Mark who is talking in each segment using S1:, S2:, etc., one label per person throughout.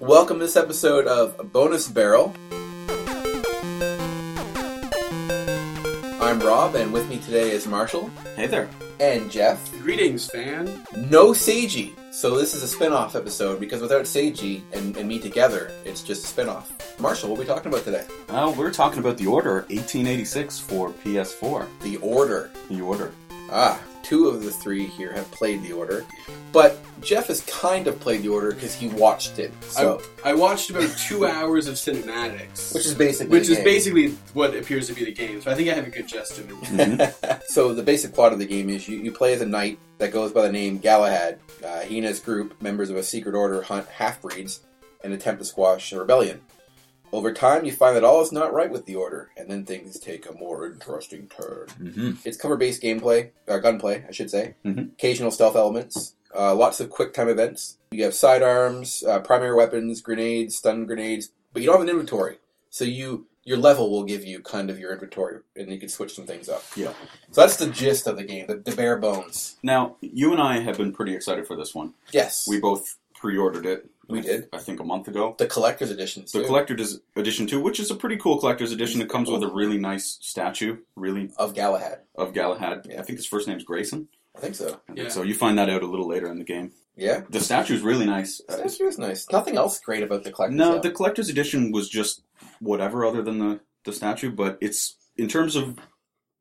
S1: Welcome to this episode of Bonus Barrel. I'm Rob, and with me today is Marshall
S2: Hey there.
S1: and Jeff.
S3: Greetings, fan.
S1: No Seiji! So this is a spin-off episode because without Seiji and, and me together, it's just a spin-off. Marshall, what are we talking about today?
S2: Uh, we're talking about The Order 1886 for PS4.
S1: The Order.
S2: The Order.
S1: Ah, two of the three here have played The Order, but Jeff has kind of played The Order because he watched it. So,
S3: I watched about two hours of cinematics,
S1: which is basically
S3: which
S1: the
S3: is
S1: game.
S3: basically what appears to be the game. So I think I have a good gist of it.
S1: so the basic plot of the game is you, you play as a knight that goes by the name Galahad. Uh, he and his group, members of a secret order, hunt half-breeds and attempt to squash a rebellion. Over time, you find that all is not right with the order, and then things take a more interesting turn.
S2: Mm-hmm.
S1: It's cover-based gameplay, uh, gunplay, I should say.
S2: Mhm.
S1: Occasional stealth elements, uh, lots of quick-time events. You have sidearms, uh, primary weapons, grenades, stun grenades, but you don't have an inventory, so you your level will give you kind of your inventory, and you can switch some things up.
S2: Yeah.
S1: So that's the gist of the game, the, the bare bones.
S2: Now, you and I have been pretty excited for this one.
S1: Yes,
S2: We both pre ordered it.
S1: We did.
S2: I think a month ago.
S1: the collector's editions.
S2: The
S1: too,
S2: collector's edition, too, which is a pretty cool collector's edition. It comes with a really nice statue, really,
S1: of Galahad,
S2: of Galahad.
S1: Yeah.
S2: I think his first name's Grayson.
S1: I think so.
S2: I think
S3: Yeah.
S2: So you find that out a little later in the game.
S1: Yeah,
S2: The statue's really nice. Uh,
S1: that was nice. Nothing else great about the collector's.
S2: No,
S1: though.
S2: the collector's edition was just whatever other than the, the statue, but it's in terms of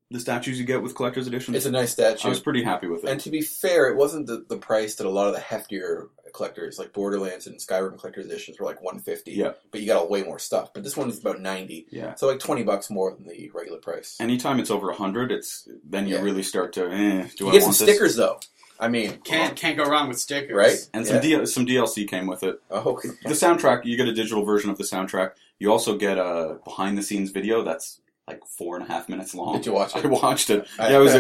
S2: the statues you get with collector's edition,
S1: it's a nice
S2: I
S1: statue.
S2: was pretty happy with it.
S1: And to be fair, it wasn't the, the price that a lot of the heftier collectors, like Borderlands and Skyrim collectors editions, were like 150.
S2: Yeah.
S1: But you got way more stuff. But this one is about 90.
S2: yeah.
S1: So like 20 bucks more than the regular price.
S2: Anytime it's over hundred, it's then you
S1: Yeah.
S2: really start to eh, do
S1: you
S2: I
S1: get some
S2: want this?
S1: stickers, though. I mean,
S3: Can't can't go wrong with stickers,
S1: right?
S2: And
S1: yeah.
S2: some D- some DLC came with it.
S1: Oh, okay.
S2: The soundtrack, you get a digital version of the soundtrack. You also get a behind the scenes video that's like four and a half minutes long.
S1: Did you watch it?
S2: I watched it.
S1: I-
S2: yeah, I was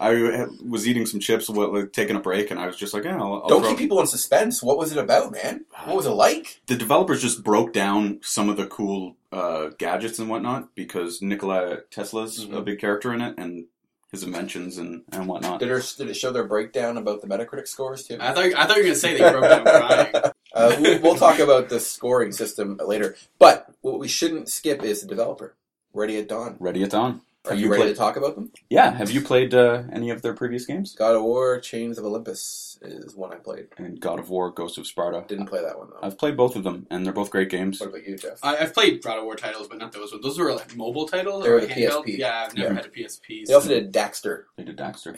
S2: I was eating some chips, while like, taking a break, and I was just like, yeah, I'll, I'll
S1: Don't
S2: throw-
S1: keep people in suspense. What was it about, man? What was it like?
S2: the developers just broke down some of the cool uh, gadgets and whatnot because Nikola Tesla's a
S1: Mhm.
S2: big character in it and his inventions and, and whatnot.
S1: Did, it- did it show their breakdown about the Metacritic scores too?
S3: I thought I thought you were gonna say they broke down crying.
S1: Uh, we'll, we'll talk about the scoring system later. But what we shouldn't skip is the developer, Ready at Dawn.
S2: Ready at dawn.
S1: Are
S2: Have
S1: you,
S2: you
S1: ready
S2: played-
S1: to talk about them?
S2: Yeah, have you played uh, any of their previous games?
S1: God of War, Chains of Olympus is one I played.
S2: And God of War, Ghost of Sparta.
S1: Didn't play that one though.
S2: I've played both of them, and they're both great games.
S1: What about you, Jeff?
S3: I, I've played God of War titles, but not those ones. Those were like mobile titles
S1: They
S3: or
S1: were the
S3: handheld.
S1: PSP.
S3: Yeah, I've never
S2: Yeah.
S3: had a PSP.
S1: They also did Daxter
S2: They did Daxter.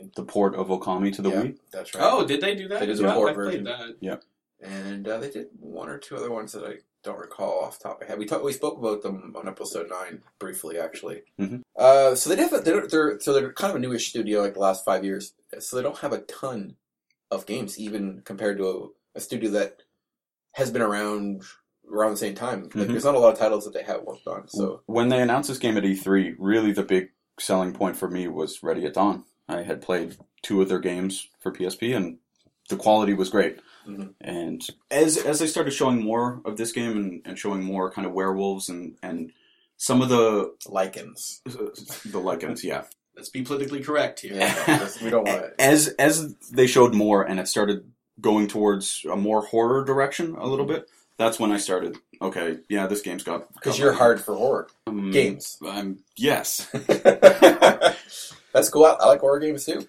S1: and
S2: The port of Okami to the
S1: yeah,
S2: Wii.
S1: That's right.
S3: Oh, did they do that?
S1: They did
S3: as
S1: the
S3: well?
S1: port
S3: I
S1: version.
S3: played that.
S1: and uh, they did one or two other ones that I don't recall off the top of my head. We talked, we spoke about them on episode nine briefly, actually.
S3: Mm-hmm.
S2: Mhm.
S1: Uh, so they have a, they're, they're so they're kind of a newish studio, like the last five years. So they don't have a ton of games, even compared to a, a studio that has been around around the same time. Like,
S3: Mm-hmm.
S2: Mhm.
S1: There's not a lot of titles that they have worked on. So
S2: When they announced this game at E3, really the big selling point for me was Ready at Dawn. I had played two of their games for PSP, and the quality was great.
S1: Mhm.
S2: And as as they started showing more of this game and, and showing more kind of werewolves and, and some of the
S1: lichens.
S2: the lichens, yeah,
S3: Let's be politically correct here.
S1: Yeah, no, we don't want it.
S2: as as they showed more and it started going towards a more horror direction a little bit that's when i started okay yeah this game's got
S1: Because
S2: got
S1: you're
S2: my-
S1: hard for horror
S2: um,
S1: games.
S2: i'm yes
S1: That's cool. I I like horror games too.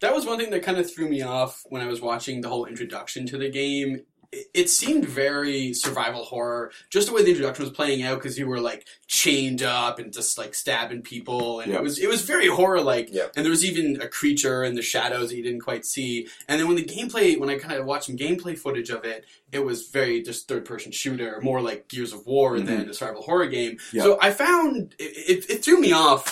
S3: That was one thing that kind of threw me off when I was watching the whole introduction to the game. It- It seemed very survival horror, just the way the introduction was playing out, because you were like chained up and just like stabbing people, and
S2: Yeah.
S3: it was it was very horror like.
S1: Yeah.
S3: And there was even a creature in the shadows that you didn't quite see. And then when the gameplay, when I kind of watched some gameplay footage of it, it was very just third person shooter, more like Gears of War than a survival horror game.
S2: Mm-hmm. Yeah.
S3: So I found it, it, it threw me off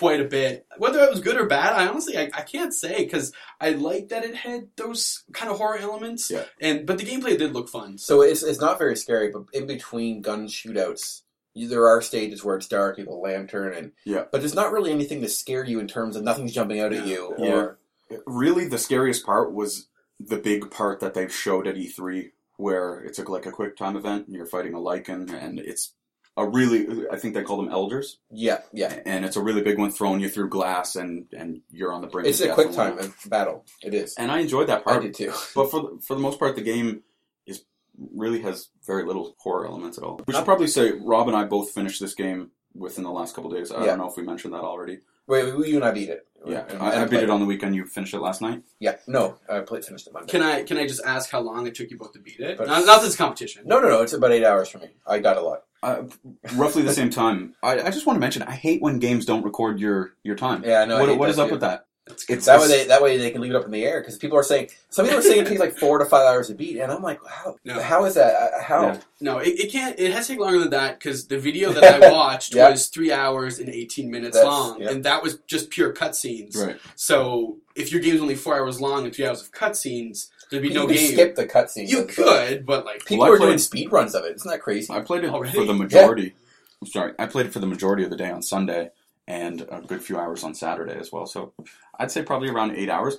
S3: quite a bit. Whether it was good or bad, I honestly I, I can't say because I liked that it had those kind of horror elements.
S2: Yeah.
S3: And but the gameplay did look fun. So
S1: So it's it's not very scary, but in between gun shootouts, you, there are stages where it's dark, you have a lantern, and
S2: Yeah.
S1: But there's not really anything to scare you in terms of nothing's jumping out at
S3: Yeah.
S1: you.
S2: Yeah.
S1: Or,
S2: really the scariest part was the big part that they showed at e3 where it's a, like a quick time event and you're fighting a lichen and it's a really i think they call them elders
S1: yeah, yeah.
S2: and it's a really big one throwing you through glass and and you're on the brink
S1: It's
S2: of
S1: a
S2: death
S1: quick
S2: and
S1: time
S2: whatnot.
S1: battle. It is.
S2: and i enjoyed that
S1: I
S2: part
S1: did too.
S2: But for the, for the most part, the game is really has very little horror elements at all. We should probably say Rob and I both finished this game within the last couple days. I
S1: Yeah.
S2: don't know if we mentioned that already.
S1: Wait, wait, you and I beat it.
S2: Yeah, I, I beat it on the weekend. You finished it last night.
S1: Yeah, no, I played finished it Monday.
S3: Can I can I just ask how long it took you both to beat it?
S1: But-
S3: Not, not that it's competition.
S1: No, no, no. It's about eight hours for me. I died a lot.
S2: Uh, roughly the same time. I, I just want to mention I hate when games don't record your your time.
S1: Yeah, no.
S2: what what is up with that?
S3: That's
S2: It's
S1: That way, they, that way they can leave it up in the air because people are saying some people are saying it takes like four to five hours to beat, and I'm like, how?
S3: No.
S1: How is that? Uh, How?
S2: Yeah.
S3: No, it, it can't. It has to take longer than that because the video that I watched
S1: Yeah.
S3: was three hours and eighteen minutes
S1: That's-
S3: long,
S1: yeah.
S3: and that was just pure cutscenes.
S2: right.
S3: So if your game's only four hours long and three hours of cutscenes, there'd be
S1: You
S3: no
S1: could
S3: game.
S1: skip the cutscenes.
S3: you
S1: It's like-
S3: could, but like
S1: People
S2: Well, I
S1: are doing
S2: played-
S1: speed runs of it. Isn't that crazy?
S2: I played it
S3: Already?
S2: for the majority. I'm sorry, I played it for the majority of the day on Sunday and a good few hours on Saturday as well. So I'd say probably around eight hours.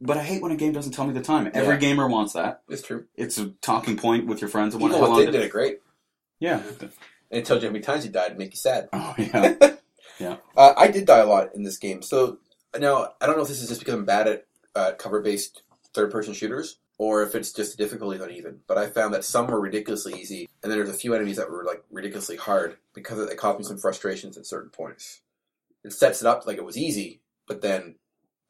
S2: But I hate when a game doesn't tell me the time. Every
S1: Yeah.
S2: gamer wants that.
S1: It's true.
S2: It's a talking point with your friends and what how
S1: People
S2: long
S1: did,
S2: did-
S1: did it great.
S2: Yeah.
S1: And it tells you how many times you died to make you sad.
S2: Oh yeah.
S1: Uh, I did die a lot in this game. So now I don't know if this is just because I'm bad at uh, cover-based third-person shooters, or if it's just the difficulty is uneven. But I found that some were ridiculously easy, and then there's a few enemies that were like ridiculously hard because it caused me some frustrations at certain points. It sets it up like it was easy, but then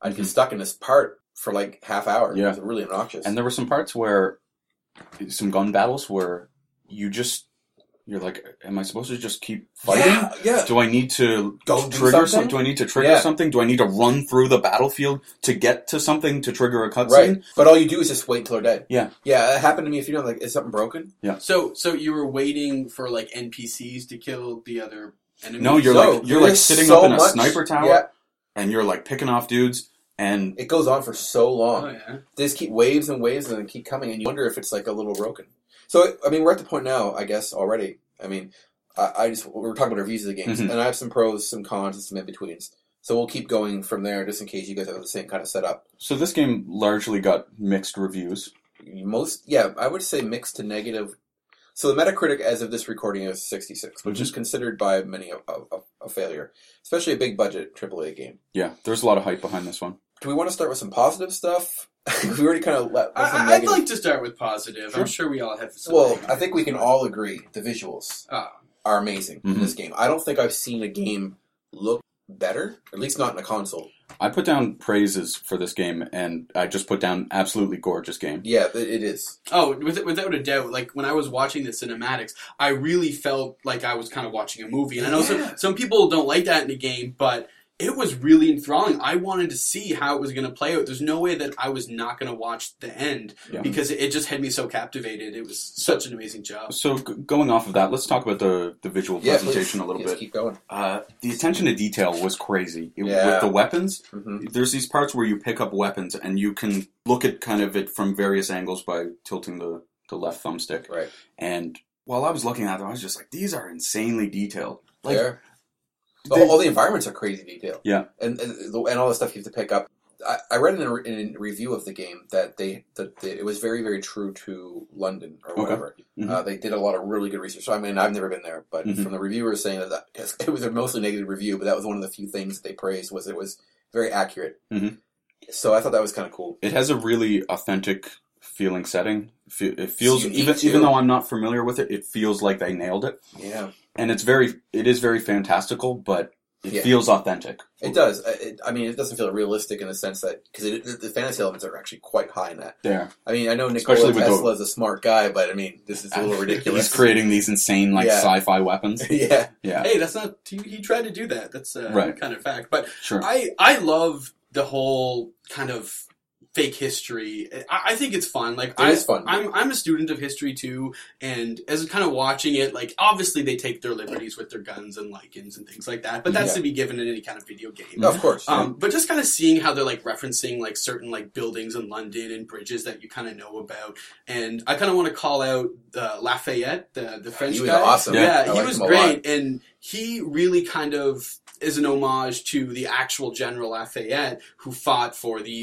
S1: I'd get
S2: Mhm.
S1: stuck in this part for like half hour.
S2: Yeah.
S1: It was really obnoxious.
S2: And there were some parts where some gun battles where you just you're like, Am I supposed to just keep fighting?
S1: yeah, yeah.
S2: Do I need to
S1: Go do
S2: trigger
S1: something?
S2: some- Do I need to trigger
S1: Yeah.
S2: something? Do I need to run through the battlefield to get to something to trigger a cutscene?
S1: Right. But all you do is just wait till they're dead.
S2: Yeah.
S1: Yeah, it happened to me a few times. Like, is something broken?
S3: so. So you were waiting for like NPCs to kill the other enemies.
S2: No, you're
S1: So,
S2: like you're like
S1: there's
S2: sitting
S1: so
S2: up in a
S1: much-
S2: sniper tower
S1: Yeah.
S2: and you're like picking off dudes and
S1: It goes on for so long.
S3: Oh yeah.
S1: They just keep waves and waves and they keep coming, and you wonder if it's like a little broken. So, I mean, we're at the point now, I guess, already. I mean, I, I just, we were talking about our views of the games,
S2: Mhm.
S1: and I have some pros, some cons, and some in betweens. So we'll keep going from there just in case you guys have the same kind of setup.
S2: so this game largely got mixed reviews.
S1: Most, yeah, I would say mixed to negative. So the Metacritic as of this recording is 66, which is considered by many a, a, a failure, especially a big budget AAA game.
S2: Yeah, there's a lot of hype behind this one.
S1: Do we want to start with some positive stuff? we already kind of let. with some
S3: I, I'd
S1: negative-
S3: like to start with positive. I'm
S2: Sure.
S3: sure we all have. some
S1: Well,
S3: negative.
S1: I think we can all agree the visuals
S3: Oh,
S1: are amazing in
S2: Mhm.
S1: this game. I don't think I've seen a game look better, at least not in a console.
S2: I put down praises for this game and I just put down absolutely gorgeous game.
S1: Yeah, th- it is.
S3: Oh, with, without a doubt. Like when I was watching the cinematics, I really felt like I was kind of watching a movie. And I know
S1: Yeah.
S3: some, some people don't like that in the game, but it was really enthralling. I wanted to see how it was going to play out. There's no way that I was not going to watch the end
S2: Yeah.
S3: because it just had me so captivated. It was such an amazing job.
S2: So g- going off of that, let's talk about the the visual
S1: Yeah,
S2: presentation
S1: please,
S2: a little
S1: please
S2: bit.
S1: Keep going.
S2: Uh, the attention to detail was crazy It-
S1: Yeah.
S2: with the weapons.
S1: hmm
S2: There's these parts where you pick up weapons and you can look at kind of it from various angles by tilting the, the left thumbstick.
S1: Right.
S2: And while I was looking at them, I was just like, these are insanely detailed. Like,
S1: There.
S2: they-
S1: all, all the environments are crazy detailed.
S2: Yeah.
S1: and and, the- and all the stuff you have to pick up. I, I read in a, re- in a review of the game that they that they, it was very very true to London or
S2: Okay.
S1: whatever.
S2: Mhm.
S1: Uh, they did a lot of really good research. So, I mean, I've never been there, but
S2: Mhm.
S1: from the reviewers saying that, that 'cause it was a mostly negative review, but that was one of the few things that they praised was it was very accurate.
S2: Mhm.
S1: So I thought that was kind of cool.
S2: it has a really authentic feeling setting. Fe- It feels
S1: unique,
S2: even
S1: too.
S2: even though I'm not familiar with it, it feels like they nailed it,
S1: Yeah,
S2: and it's very it is very fantastical, but it
S1: Yeah.
S2: feels authentic.
S1: it does. I- It, I mean, it doesn't feel realistic in the sense that because the fantasy elements are actually quite high in that.
S2: There,
S1: I mean, I know Nikola
S2: Especially with
S1: Tesla is a smart guy, but I mean, this is a little ridiculous.
S2: He's creating these insane like
S1: Yeah.
S2: sci-fi weapons.
S1: yeah,
S2: Yeah,
S3: Hey, that's not he, he tried to do that. That's uh,
S2: Right.
S3: kind of fact. But
S2: sure.
S3: I I love the whole kind of fake history. I, I think it's fun. Like
S1: It
S3: I,
S1: is fun.
S3: I'm I'm a student of history too, and as kind of watching it, like obviously they take their liberties with their guns and lichens and things like that. But that's
S1: Yeah.
S3: to be given in any kind of video game.
S1: of course.
S3: Um, but just kind of seeing how they're like referencing like certain like buildings in London and bridges that you kind of know about, and I kind of want to call out uh, Lafayette, the the French
S1: he was
S3: guy.
S1: awesome. I
S3: Yeah, he
S1: liked
S3: was
S1: him a lot.
S3: great, and he really kind of is an homage to the actual General Lafayette who fought for the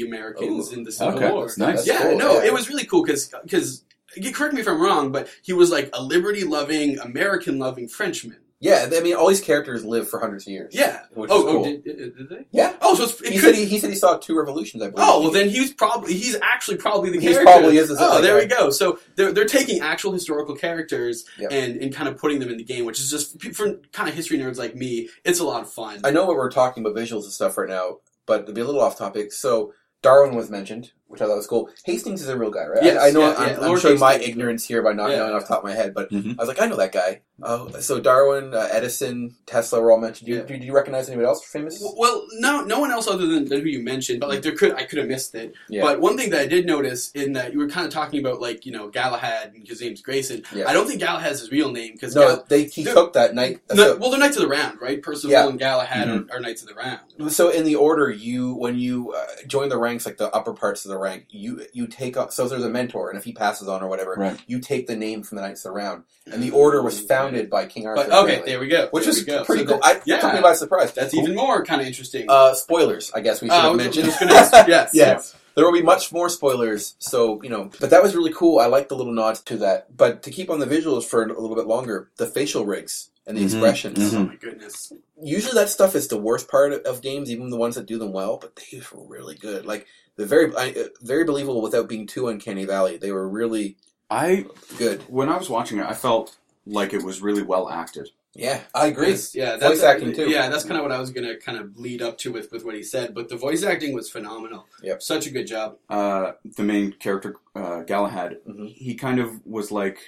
S1: Ooh,
S3: Americans in the Civil
S2: okay.
S3: War.
S2: That's nice.
S1: That's
S3: yeah,
S1: cool,
S3: no,
S1: yeah.
S3: it was really cool because because correct me if I'm wrong, but he was like a liberty loving, American loving Frenchman.
S1: Yeah, I mean, all these characters live for hundreds of years.
S3: Yeah.
S1: which
S3: Oh,
S1: is cool.
S3: oh did, did did they?
S1: yeah.
S3: Oh, so it's, it
S1: He
S3: could.
S1: said he, he said he saw two revolutions. I believe.
S3: oh, well, then he's probably he's actually probably the
S1: He's
S3: character.
S1: probably is, is
S3: oh,
S1: like
S3: there
S1: that.
S3: we go. So they're they're taking actual historical characters
S1: Yep.
S3: and and kind of putting them in the game, which is just for kind of history nerds like me, it's a lot of fun.
S1: I know what we're talking about visuals and stuff right now, but to be a little off topic, so Darwin was mentioned, which I thought was cool. Hastings is a real guy, right?
S3: Yes,
S1: I, I know
S3: yeah,
S1: I'm,
S3: yeah,
S1: I'm
S3: Lord
S1: showing my
S3: Hastings.
S1: ignorance here by not
S3: Yeah. Mm-hmm.
S1: knowing off the top of my head, but
S2: Mhm.
S1: I was like, I know that guy. Oh, so Darwin, uh, Edison, Tesla were all mentioned. Do you,
S3: Yeah.
S1: do, you- do you recognize anyone else famous?
S3: W- Well, no, no one else other than who you mentioned, but like there could I could have missed it.
S1: Yeah.
S3: But one thing that I did notice in that you were kind of talking about like you know Galahad and his name's Grayson.
S1: Yeah.
S3: I don't think Galahad's his real name because
S1: no, they he
S3: Dude.
S1: took that night. uh,
S3: no, well they're Knights of the Round, right? Percival
S1: Yeah. Mm-hmm.
S3: and Galahad are, are Knights of the Round.
S1: so, so in the order, you when you uh, join the ranks, like the upper parts of the rank, you you take up. So there's a mentor, and if he passes on or whatever,
S2: Right.
S1: you take the name from the knights of the round. And the order was founded by King Arthur.
S3: But okay,
S1: apparently.
S3: there we go.
S1: which
S3: there
S1: is
S3: we go.
S1: pretty
S3: So
S1: cool.
S3: that-
S1: I
S3: yeah.
S1: took me by surprise.
S3: that's
S1: Cool.
S3: even more kind of interesting.
S1: uh, spoilers. I guess we should
S3: Uh, I
S1: have
S3: was-
S1: mentioned.
S3: I was gonna ask- yes.
S1: yes, there will be much more spoilers. So you know, but that was really cool. I like the little nods to that. But to keep on the visuals for a little bit longer, the facial rigs and the
S2: Mhm,
S1: expressions.
S2: mhm.
S3: Oh my goodness.
S1: Usually, that stuff is the worst part of, of games, even the ones that do them well. But they were really good. Like the very, I, uh, very believable without being too uncanny valley. They were really
S2: I
S1: good.
S2: when I was watching it, I felt like it was really well acted.
S1: Yeah, I agree.
S3: Yes, yeah,
S1: Voice acting, too.
S3: Yeah, that's kind of what I was gonna kind of lead up to with with what he said. But the voice acting was phenomenal.
S1: Yep.
S3: Such a good job.
S2: Uh, the main character uh, Galahad,
S1: Mhm.
S2: he kind of was like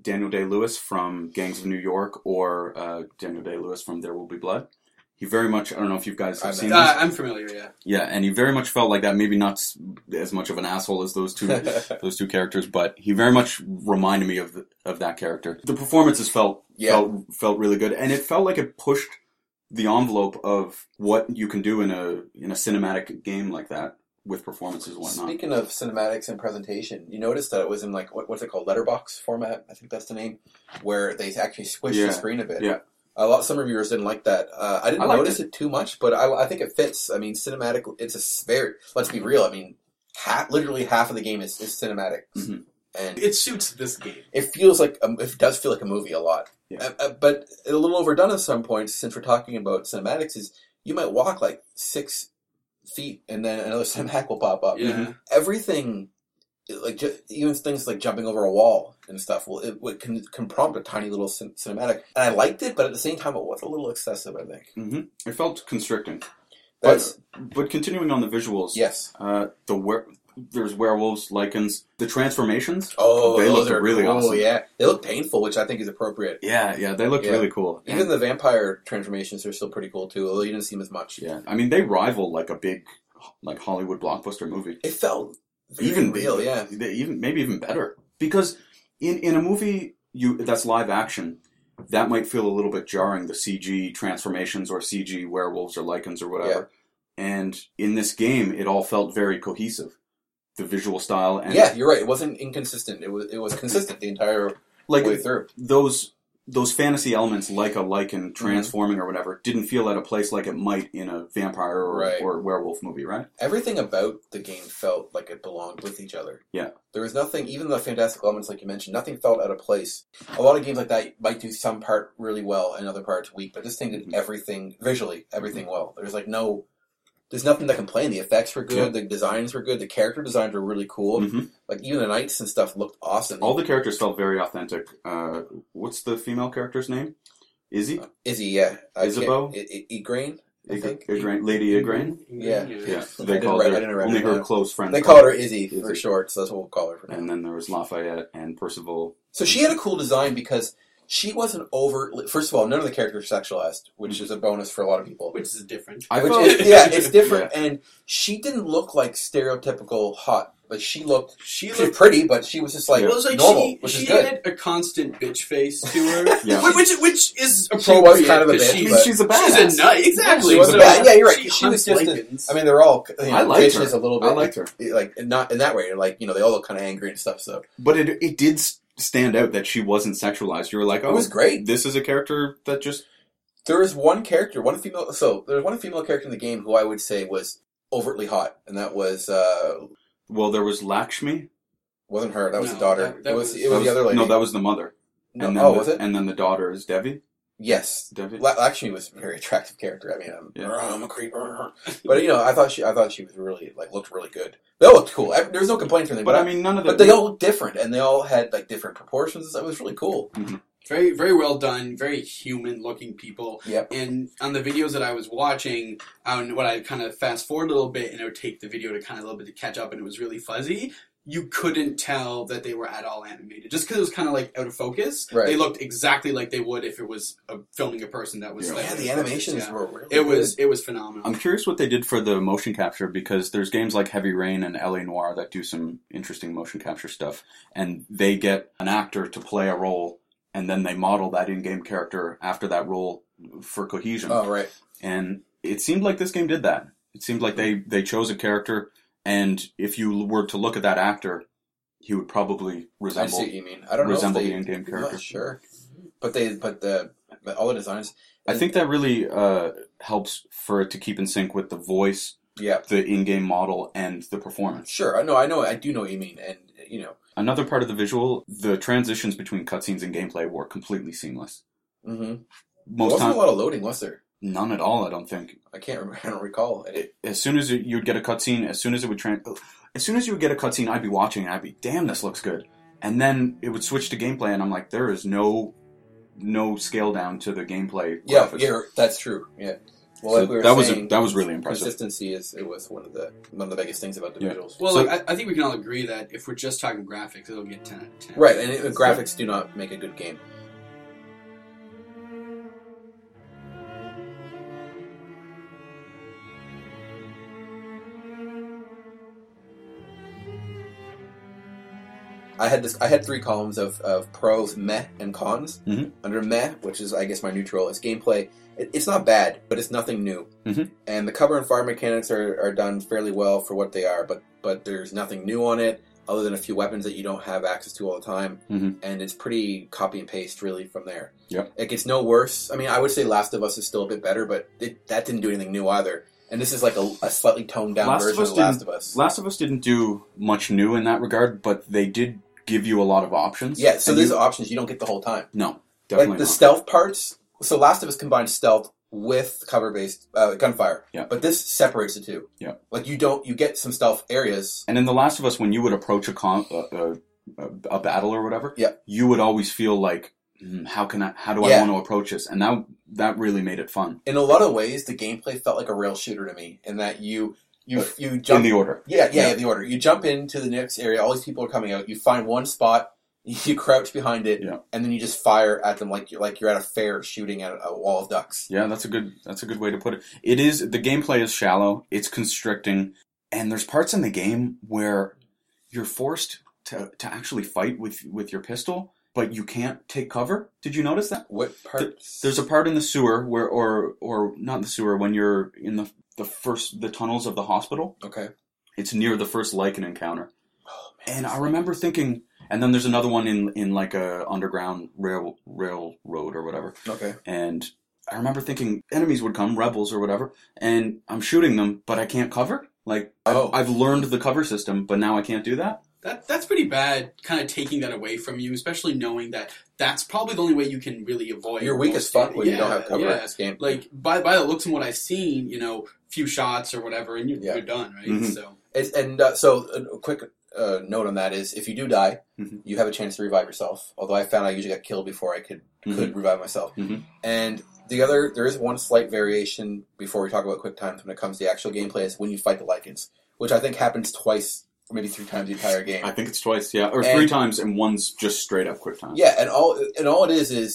S2: Daniel Day Lewis from Gangs of New York or uh, Daniel Day Lewis from There Will Be Blood. He very much I don't know if you guys have
S1: I
S2: seen
S1: bet.
S2: this.
S3: Uh, I'm familiar. Yeah.
S2: Yeah, and he very much felt like that. Maybe not s- as much of an asshole as those two those two characters, but he very much reminded me of the, of that character. The performances felt
S1: Yeah.
S2: felt felt really good, and it felt like it pushed the envelope of what you can do in a in a cinematic game like that with performances and whatnot.
S1: Speaking of cinematics and presentation, you noticed that it was in like what, what's it called, letterbox format? I think that's the name, where they actually squished
S2: Yeah,
S1: the screen a bit.
S2: yeah.
S1: A lot. Some reviewers didn't like that. Uh, I didn't
S2: I liked
S1: notice it. too much, but I, I think it fits. I mean, cinematic. It's a s- very. Let's be real. I mean, half, literally half of the game is, is cinematic,
S2: Mhm.
S1: and
S3: It suits this game.
S1: it feels like um, it does feel like a movie a lot,
S2: Yeah.
S1: Uh, uh, but a little overdone at some points. Since we're talking about cinematics, is you might walk like six feet and then another cinematic will pop up.
S3: Yeah.
S1: Everything, like ju- even things like jumping over a wall and stuff, will it, it can, can prompt a tiny little cin- cinematic. And I liked it, but at the same time, it was a little excessive. I think.
S2: hmm It felt constricting.
S1: That's
S2: But continuing on the visuals,
S1: yes.
S2: uh, the were- there's werewolves, lichens, the transformations.
S1: Oh,
S2: They
S1: those
S2: looked
S1: are
S2: really
S1: cool,
S2: awesome.
S1: Yeah, they look painful, which I think is appropriate.
S2: Yeah, yeah, they looked
S1: Yeah.
S2: really cool.
S1: Even the vampire transformations are still pretty cool too, although you didn't see them as much.
S2: Yeah, I mean they rival like a big like Hollywood blockbuster movie.
S1: It felt very
S2: even
S1: real,
S2: bigger.
S1: yeah.
S2: They even maybe even better because in in a movie you that's live action that might feel a little bit jarring the CG transformations or CG werewolves or lichens or whatever. And in this game, it all felt very cohesive, the visual style and
S1: yeah, you're right. It wasn't inconsistent. It was it was consistent the entire
S2: like
S1: way through.
S2: those those fantasy elements like a lichen
S1: Mm-hmm.
S2: transforming or whatever didn't feel at a place like it might in a vampire or,
S1: Right.
S2: or werewolf movie, right?
S1: Everything about the game felt like it belonged with each other.
S2: Yeah.
S1: There was nothing, even the fantastical elements like you mentioned, nothing felt out of place. A lot of games like that might do some part really well and other parts weak, but this thing did
S2: Mhm.
S1: everything visually,
S2: Mm-hmm.
S1: everything well. There's like no, there's nothing to complain. The effects were good, the designs were good, the character designs were really cool.
S2: Mhm.
S1: Like even the knights and stuff looked awesome.
S2: All the characters felt very authentic. Uh, what's the female character's name? Izzy?
S1: Uh, Izzy, yeah, I can't-
S2: Isabeau?
S1: I- I- Igraine, I think.
S2: Ig- Igraine? Lady Igraine?
S3: Mm-hmm.
S1: Yeah.
S2: Yeah.
S1: I
S2: They
S1: didn't
S2: called
S1: write- I
S2: her,
S1: didn't write
S2: only
S1: it
S2: her
S1: down.
S2: called friends.
S1: They called her Izzy for
S2: Izzy.
S1: short, so that's what we'll call her for now.
S2: And then there was Lafayette and Percival.
S1: So she had a cool design because she wasn't over. First of all, none of the characters are sexualized, which is a bonus for a lot of people.
S3: Mm-hmm. Which is different.
S2: I
S1: Which
S2: felt-
S1: is, yeah, it's different. And she didn't look like stereotypical hot. Like she looked,
S3: She
S1: she
S3: looked
S1: was pretty, but she was just like,
S2: Yeah.
S3: Well, it was like
S1: normal,
S3: she,
S1: which
S3: she
S1: is good.
S3: had a constant bitch face to her,
S2: Yeah.
S3: Whi- which which is
S1: was
S3: appropriate.
S1: kind of a
S3: 'cause
S1: bitch,
S3: She's,
S1: but-
S2: she's a
S3: she's
S2: badass.
S3: a nut, exactly.
S1: She was a
S3: So
S1: bad- yeah, you're right.
S3: She,
S1: She was
S3: hunts
S1: just a-
S3: lichens.
S1: I mean, they're all you know,
S2: I liked her.
S1: bitches a little bit.
S2: I liked her.
S1: Like not and that way, like you know, they all look kind of angry and stuff. So
S2: But it, it did s- stand out that she wasn't sexualized. You were like, oh,
S1: It was great.
S2: This is a character that just.
S1: there is one character, one female. So there's one female character in the game who I would say was overtly hot, and that was uh,
S2: Well, there was Lakshmi.
S1: wasn't her. That was
S3: No,
S1: the daughter.
S3: that- that
S1: it was,
S3: was-
S1: it was,
S2: That
S1: the other lady.
S2: No, that was the mother.
S1: No,
S2: and then
S1: oh,
S2: the,
S1: was it?
S2: And then the daughter is Debbie.
S1: Yes,
S2: Debbie?
S1: La- actually, was a very attractive character. I mean, I'm,
S2: Yeah.
S1: "Arr, I'm a creeper, but you know, I thought she, I thought she was really like looked really good. They all looked cool. I, there was no complaints or anything,
S2: But I mean, none of the.
S1: but they all looked different, and they all had like different proportions. It was really cool.
S3: Very, very well done. Very human-looking people.
S1: Yep.
S3: And on the videos that I was watching, on what I kind of fast forward a little bit, and it would take the video to kind of a little bit to catch up, and it was really fuzzy. You couldn't tell that they were at all animated, just because it was kind of like out of focus.
S1: Right.
S3: They looked exactly like they would if it was uh filming a person that was.
S2: Yeah.
S3: like,
S1: Yeah, the animations
S3: Yeah.
S1: were really
S3: It was
S1: good. Um,
S3: it was phenomenal.
S2: I'm curious what they did for the motion capture because there's games like Heavy Rain and LA Noir that do some interesting motion capture stuff, and they get an actor to play a role, and then they model that in-game character after that role for cohesion.
S1: Oh right,
S2: And it seemed like this game did that. It seemed like they they chose a character, and if you were to look at that actor, he would probably
S1: I see
S2: resemble
S1: what you mean. I don't
S2: resemble
S1: know
S2: the
S1: if they,
S2: in-game
S1: I'm
S2: character.
S1: not sure, but they but the but all the designs.
S2: I think that really uh, helps for it to keep in sync with the voice,
S1: Yeah,
S2: the in-game model, and the performance.
S1: sure. I know. I know. I do know what you mean, and you know,
S2: Another part of the visual, the transitions between cutscenes and gameplay were completely seamless.
S1: mm-hmm.
S2: Most
S1: wasn't
S2: time,
S1: a lot of loading, was there?
S2: none at all. I don't think.
S1: I can't remember. I don't recall. And it-
S2: It- as soon as you- you'd get a cutscene, as soon as it would tran as soon as you would get a cutscene, I'd be watching and I'd be, damn, this looks good. And then it would switch to gameplay, and I'm like, there is no, no scale down to the gameplay.
S1: yeah,
S2: graphics.
S1: yeah, that's true. Yeah. Well,
S2: So
S1: like we were
S2: that was
S1: saying,
S2: that was really impressive.
S1: consistency is it was one of the one of the biggest things about the
S2: Yeah.
S1: visuals.
S3: Well,
S2: So-
S3: like, I, I think we can all agree that if we're just talking graphics, it'll get 10 out of 10.
S1: Right, and it, graphics do not make a good game. I had this. I had three columns of, of pros, meh, and cons.
S2: Mhm.
S1: Under meh, which is I guess my neutral, is gameplay. It, it's not bad, but it's nothing new.
S2: Mhm.
S1: And the cover and fire mechanics are, are done fairly well for what they are, but but there's nothing new on it other than a few weapons that you don't have access to all the time,
S2: Mhm.
S1: and it's pretty copy and paste really from there.
S2: Yep.
S1: it gets no worse. I mean, I would say Last of Us is still a bit better, but it, that didn't do anything new either. And this is like a, a slightly toned down
S2: Last of
S1: version
S2: Us
S1: of Last of Us.
S2: Last of Us didn't do much new in that regard, but they did give you a lot of options.
S1: yeah, so
S2: And
S1: there's
S2: you-
S1: options you don't get the whole time.
S2: no
S1: Like
S2: definitely
S1: the
S2: not.
S1: stealth parts. So Last of Us combines stealth with cover based uh, gunfire.
S2: Yeah.
S1: but this separates the two.
S2: Yeah.
S1: like you don't you get some stealth areas.
S2: And in The Last of Us, when you would approach a con- a, a, a battle or whatever,
S1: Yeah.
S2: you would always feel like, "Hmm, how can I? How do I
S1: Yeah.
S2: want to approach this? And that that really made it fun
S1: In a lot of ways, the gameplay felt like a rail shooter to me, in that you you you
S2: in
S1: jump
S2: the order.
S1: Yeah, yeah,
S2: Yeah.
S1: yeah, the order. You jump into the next area, all these people are coming out, you find one spot, you crouch behind it,
S2: Yeah.
S1: and then you just fire at them like you're like you're at a fair shooting at a wall of ducks.
S2: Yeah, that's a good that's a good way to put it. It is the gameplay is shallow, it's constricting, and there's parts in the game where you're forced to, to actually fight with with your pistol, but you can't take cover. Did you notice that?
S1: What parts?
S2: There's a part in the sewer where or or not in the sewer when you're in the the first the tunnels of the hospital.
S1: okay.
S2: It's near the first lichen encounter.
S1: Oh, man.
S2: And I remember thinking and then there's another one in in like a underground rail railroad or whatever
S1: Okay.
S2: and I remember thinking enemies would come, rebels or whatever, and I'm shooting them, but I can't cover. Like
S1: Oh,
S2: I've learned the cover system, but now I can't do that.
S3: That, that's pretty bad, kind of taking that away from you, especially knowing that that's probably the only way you can really avoid.
S1: you're weak as
S3: most
S1: fuck
S3: da-
S1: when you don't have cover
S3: yeah.
S1: in this game.
S3: Like, by, by the looks and what I've seen, you know, few shots or whatever, and you're,
S1: Yeah. Mm-hmm.
S3: you're done, right?
S2: Mhm.
S3: So,
S1: It's, and uh, so, a a quick uh, note on that is, if you do die,
S2: Mhm.
S1: you have a chance to revive yourself. Although I found I usually got killed before I could
S2: Mm-hmm.
S1: could revive myself.
S2: Mhm.
S1: And the other, there is one slight variation before we talk about quick times when it comes to the actual gameplay is when you fight the lichens, which I think happens twice, maybe three times the entire game.
S2: I think it's twice, yeah, or
S1: And-
S2: three times, and one's just straight up quick time.
S1: yeah, and all and all it is is,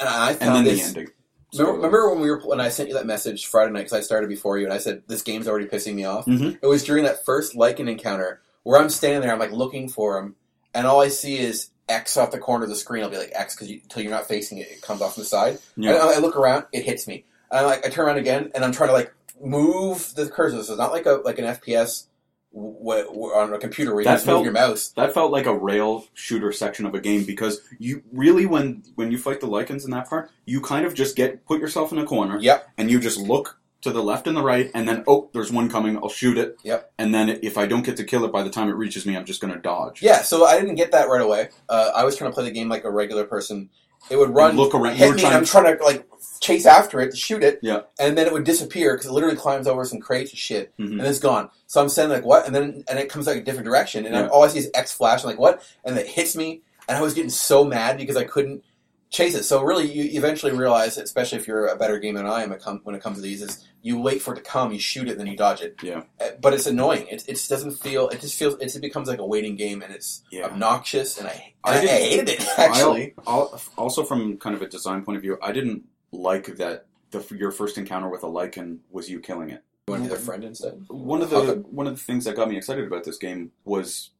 S1: and I
S2: and
S1: found
S2: then the
S1: this.
S2: ending.
S1: Remember, remember when we were when I sent you that message Friday night because I started before you and I said this game's already pissing me off.
S2: Mhm.
S1: It was during that first Lycan encounter where I'm standing there, I'm like looking for him, and all I see is X off the corner of the screen. I'll be like X because you, until you're not facing it, it comes off the side.
S2: Yeah.
S1: And I, I look around, it hits me. And I like I turn around again, and I'm trying to like move the cursor. So it's not like a like an FPS w- w- on a computer where you
S2: That
S1: just move
S2: felt-
S1: your mouse.
S2: That felt like a rail shooter section of a game because you really, when when you fight the lichens in that part, you kind of just get put yourself in a corner
S1: Yep.
S2: and you just look to the left and the right, and then oh, there's one coming. I'll shoot it.
S1: Yep.
S2: And then if I don't get to kill it by the time it reaches me, I'm just going to dodge.
S1: Yeah, so I didn't get that right away. Uh, I was trying to play the game like a regular person. It would run,
S2: And look around.
S1: hit
S2: You're
S1: me,
S2: trying
S1: and I'm trying to like chase after it to shoot it.
S2: Yeah.
S1: And then it would disappear because it literally climbs over some crates and shit,
S2: Mhm.
S1: and it's gone. So I'm saying like what, and then and it comes like a different direction, and
S2: Yeah.
S1: I'm, all I see is X flash. I'm like what, and it hits me, and I was getting so mad because I couldn't chase it. So really, you eventually realize, especially if you're a better game than I am, it come- when it comes to these, is you wait for it to come, you shoot it, then you dodge it.
S2: Yeah.
S1: Uh, But it's annoying. It, it just doesn't feel. It just feels. It just becomes like a waiting game, and it's
S2: Yeah.
S1: obnoxious, and I, I,
S2: I
S1: I
S2: didn't-
S1: hated it actually.
S2: I'll, I'll- also from kind of a design point of view, I didn't like that the, your first encounter with a lichen was you killing it.
S1: You want to be their friend instead?
S2: One of
S1: Okay.
S2: the one of the things that got me excited about this game was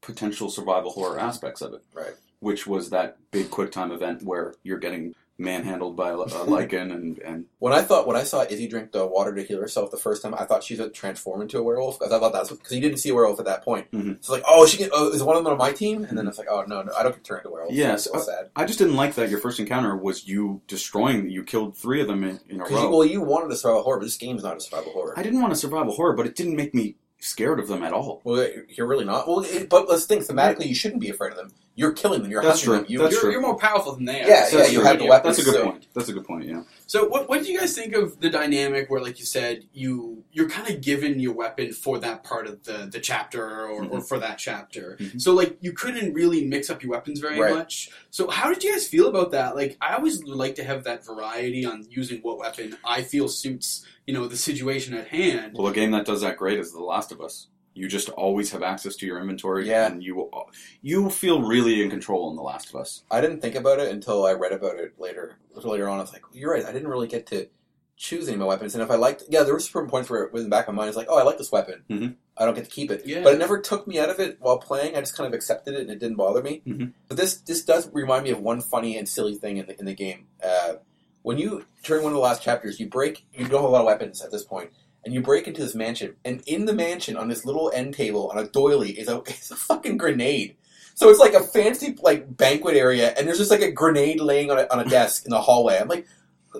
S2: potential survival horror aspects of it.
S1: Right.
S2: Which was that big quick time event where you're getting manhandled by a, a lichen and and
S1: When I thought when I saw Izzy drink the water to heal herself the first time, I thought she would transform into a werewolf because I thought that's because you didn't see a werewolf at that point.
S2: Mhm.
S1: So like, oh, she can, oh, is one of them on my team? And then it's like, oh no, no, I don't get turned into a werewolf.
S2: Yes,
S1: That's sad.
S2: I just didn't like that your first encounter was you destroying. You killed three of them in, in a
S1: 'Cause
S2: row.
S1: you, well, you wanted a survival horror, but this game's not a survival horror.
S2: Uh, I didn't want to survive a horror, but it didn't make me scared of them at all.
S1: well, you're really not. Well, it, but let's think thematically. You shouldn't be afraid of them. You're killing them. You're
S2: That's
S1: hunting
S2: true.
S1: them. You,
S2: That's
S1: you're-
S2: true.
S3: you're, you're more powerful than they are.
S1: Yeah,
S3: so
S1: yeah,
S3: it's
S1: you
S3: your
S1: have the
S3: idea.
S1: weapons,
S2: That's a good
S1: so-
S2: point. That's a good point. Yeah.
S3: So what what did you guys think of the dynamic where like you said you you're kind of given your weapon for that part of the the chapter or,
S1: Mm-hmm.
S3: or for that chapter.
S2: Mhm.
S3: So like you couldn't really mix up your weapons very
S1: Right.
S3: much. So how did you guys feel about that? Like I always like to have that variety on using what weapon I feel suits, you know, the situation at hand.
S2: Well, a game that does that great is The Last of Us. You just always have access to your inventory,
S1: Yeah.
S2: and you you feel really in control in The Last of Us.
S1: I didn't think about it until I read about it later. Later on, I was like, "You're right. I didn't really get to choose any of my weapons." And if I liked, yeah, there were certain points where, within the back of my mind, it's like, "Oh, I like this weapon.
S2: Mhm.
S1: I don't get to keep it."
S3: Yeah.
S1: But it never took me out of it while playing. I just kind of accepted it, and it didn't bother me.
S2: Mhm.
S1: But this this does remind me of one funny and silly thing in the in the game. Uh, when you during one of the last chapters, you break. You don't have a lot of weapons at this point. And you break into this mansion, and in the mansion, on this little end table, on a doily, is a, is a fucking grenade. So it's like a fancy like banquet area, and there's just like a grenade laying on a, on a desk in the hallway. I'm like,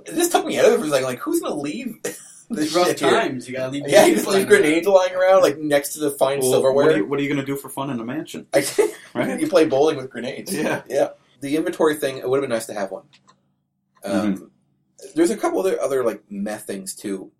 S1: this took me out of it for a second. Like, who's gonna leave this
S3: It's rough
S1: shit here?
S3: times. You gotta leave.
S1: Yeah, you
S3: your
S1: just
S3: weapons
S1: leave grenades lying around like next to the fine
S2: Well,
S1: silverware.
S2: what are you, what are you going to do for fun in a mansion,
S1: I-
S2: right?
S1: you play bowling with grenades.
S2: yeah.
S1: The inventory thing, it would have been nice to have one. Um,
S2: Mm-hmm.
S1: There's a couple other other like meth things too.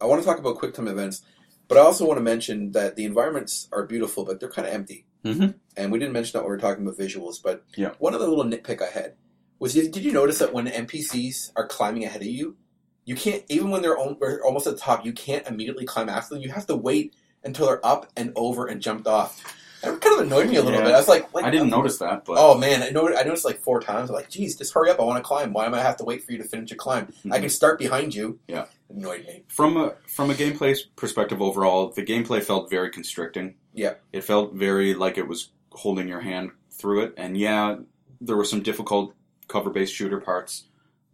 S1: I want to talk about quick time events, but I also want to mention that the environments are beautiful, but they're kind of empty.
S2: Mhm.
S1: And we didn't mention that when we were talking about visuals, but
S2: Yeah.
S1: one other little nitpick I had was: did, did you notice that when NPCs are climbing ahead of you, you can't even when they're, al- they're almost at the top, you can't immediately climb after them. You have to wait until they're up and over and jumped off. That kind of annoyed me a little
S2: Yeah.
S1: bit. I was like, like
S2: I didn't notice that, but
S1: Oh man, I know I noticed like four times. I'm like, geez, just hurry up! I want to climb. Why am I have to wait for you to finish your climb? I can start behind you.
S2: Yeah.
S1: annoyed me.
S2: from a from a gameplay perspective overall, the gameplay felt very constricting.
S1: Yeah.
S2: it felt very like it was holding your hand through it, and yeah, there were some difficult cover-based shooter parts,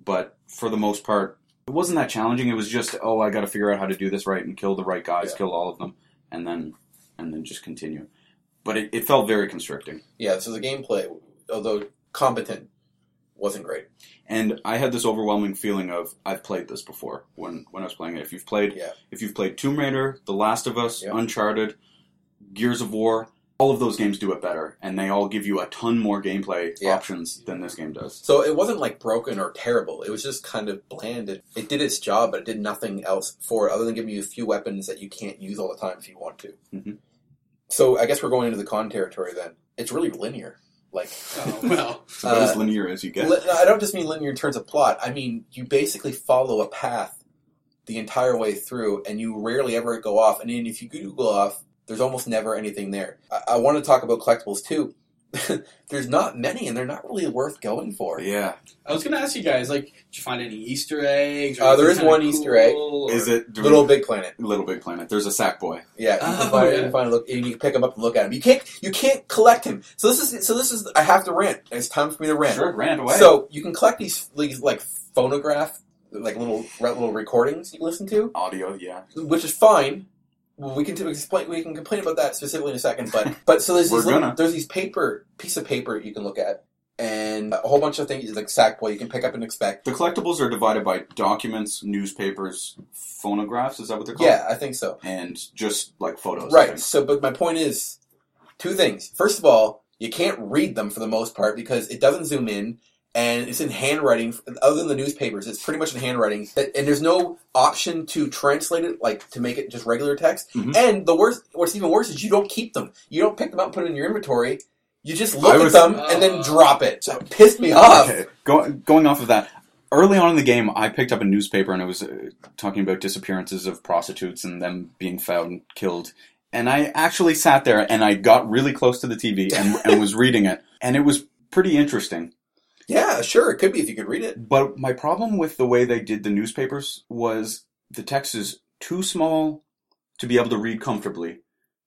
S2: but for the most part, it wasn't that challenging. It was just oh, I got to figure out how to do this right and kill the right guys,
S1: Yeah.
S2: kill all of them, and then and then just continue. But it, it felt very constricting.
S1: Yeah, so the gameplay, although competent, wasn't great.
S2: And I had this overwhelming feeling of I've played this before when, when I was playing it. If you've played
S1: Yeah.
S2: if you've played Tomb Raider, The Last of Us,
S1: Yeah.
S2: Uncharted, Gears of War, all of those games do it better, and they all give you a ton more gameplay
S1: Yeah.
S2: options than this game does.
S1: So it wasn't like broken or terrible. It was just kind of bland. It, it did its job, but it did nothing else for it other than giving you a few weapons that you can't use all the time if you want to.
S2: Mhm.
S1: So I guess we're going into the con territory then. It's really linear. Like
S3: Oh, well,
S2: It's about
S1: Uh,
S2: as linear as you get.
S1: Li- uh, no, I don't just mean linear in terms of plot. I mean you basically follow a path the entire way through, and you rarely ever go off. And then if you do go off, there's almost never anything there. I, I want to talk about collectibles too. there's not many, and they're not really worth going for.
S2: yeah.
S3: I was gonna ask you guys like, did you find any Easter eggs? or
S1: Uh, there
S3: anything
S1: is
S3: kinda
S1: one Easter egg.
S3: cool,
S2: Is
S3: or-
S2: it do we-
S1: Little Big Planet.
S2: Little Big Planet? There's a sack boy.
S1: Yeah, you can
S3: Oh,
S1: find, you
S3: yeah.
S1: can find a look, and you can pick him up and look at him. You can't, you can't collect him. So this is, so this is. I have to rant. It's time for me to rant.
S2: Sure, ran away.
S1: So you can collect these, these like phonograph, like little little recordings you listen to,
S2: audio, yeah.
S1: which is fine. Well, we can t- explain. We can complain about that specifically in a second. But but so there's
S2: We're
S1: these little,
S2: gonna.
S1: there's these paper piece of paper you can look at, and a whole bunch of things like Sackboy you can pick up and expect.
S2: The collectibles are divided by documents, newspapers, phonographs. Is that what they're called?
S1: Yeah, I think so.
S2: And just like photos. I
S1: Right.
S2: think.
S1: So, but my point is two things. First of all, you can't read them for the most part because it doesn't zoom in and it's in handwriting. Other than the newspapers, it's pretty much in handwriting. That- And there's no option to translate it, like to make it just regular text.
S2: Mhm.
S1: And the worst, what's even worse is you don't keep them. You don't pick them up and put it in your inventory. You just look
S2: I
S1: at
S2: was-
S1: them and then
S3: Uh.
S1: drop it. That pissed me off.
S2: Okay. Go, going off of that, early on in the game, I picked up a newspaper and it was uh, talking about disappearances of prostitutes and them being found and killed. And I actually sat there and I got really close to the TV and, and was reading it. And it was pretty interesting.
S1: Yeah, sure, it could be if you could read it.
S2: But my problem with the way they did the newspapers was the text is too small to be able to read comfortably,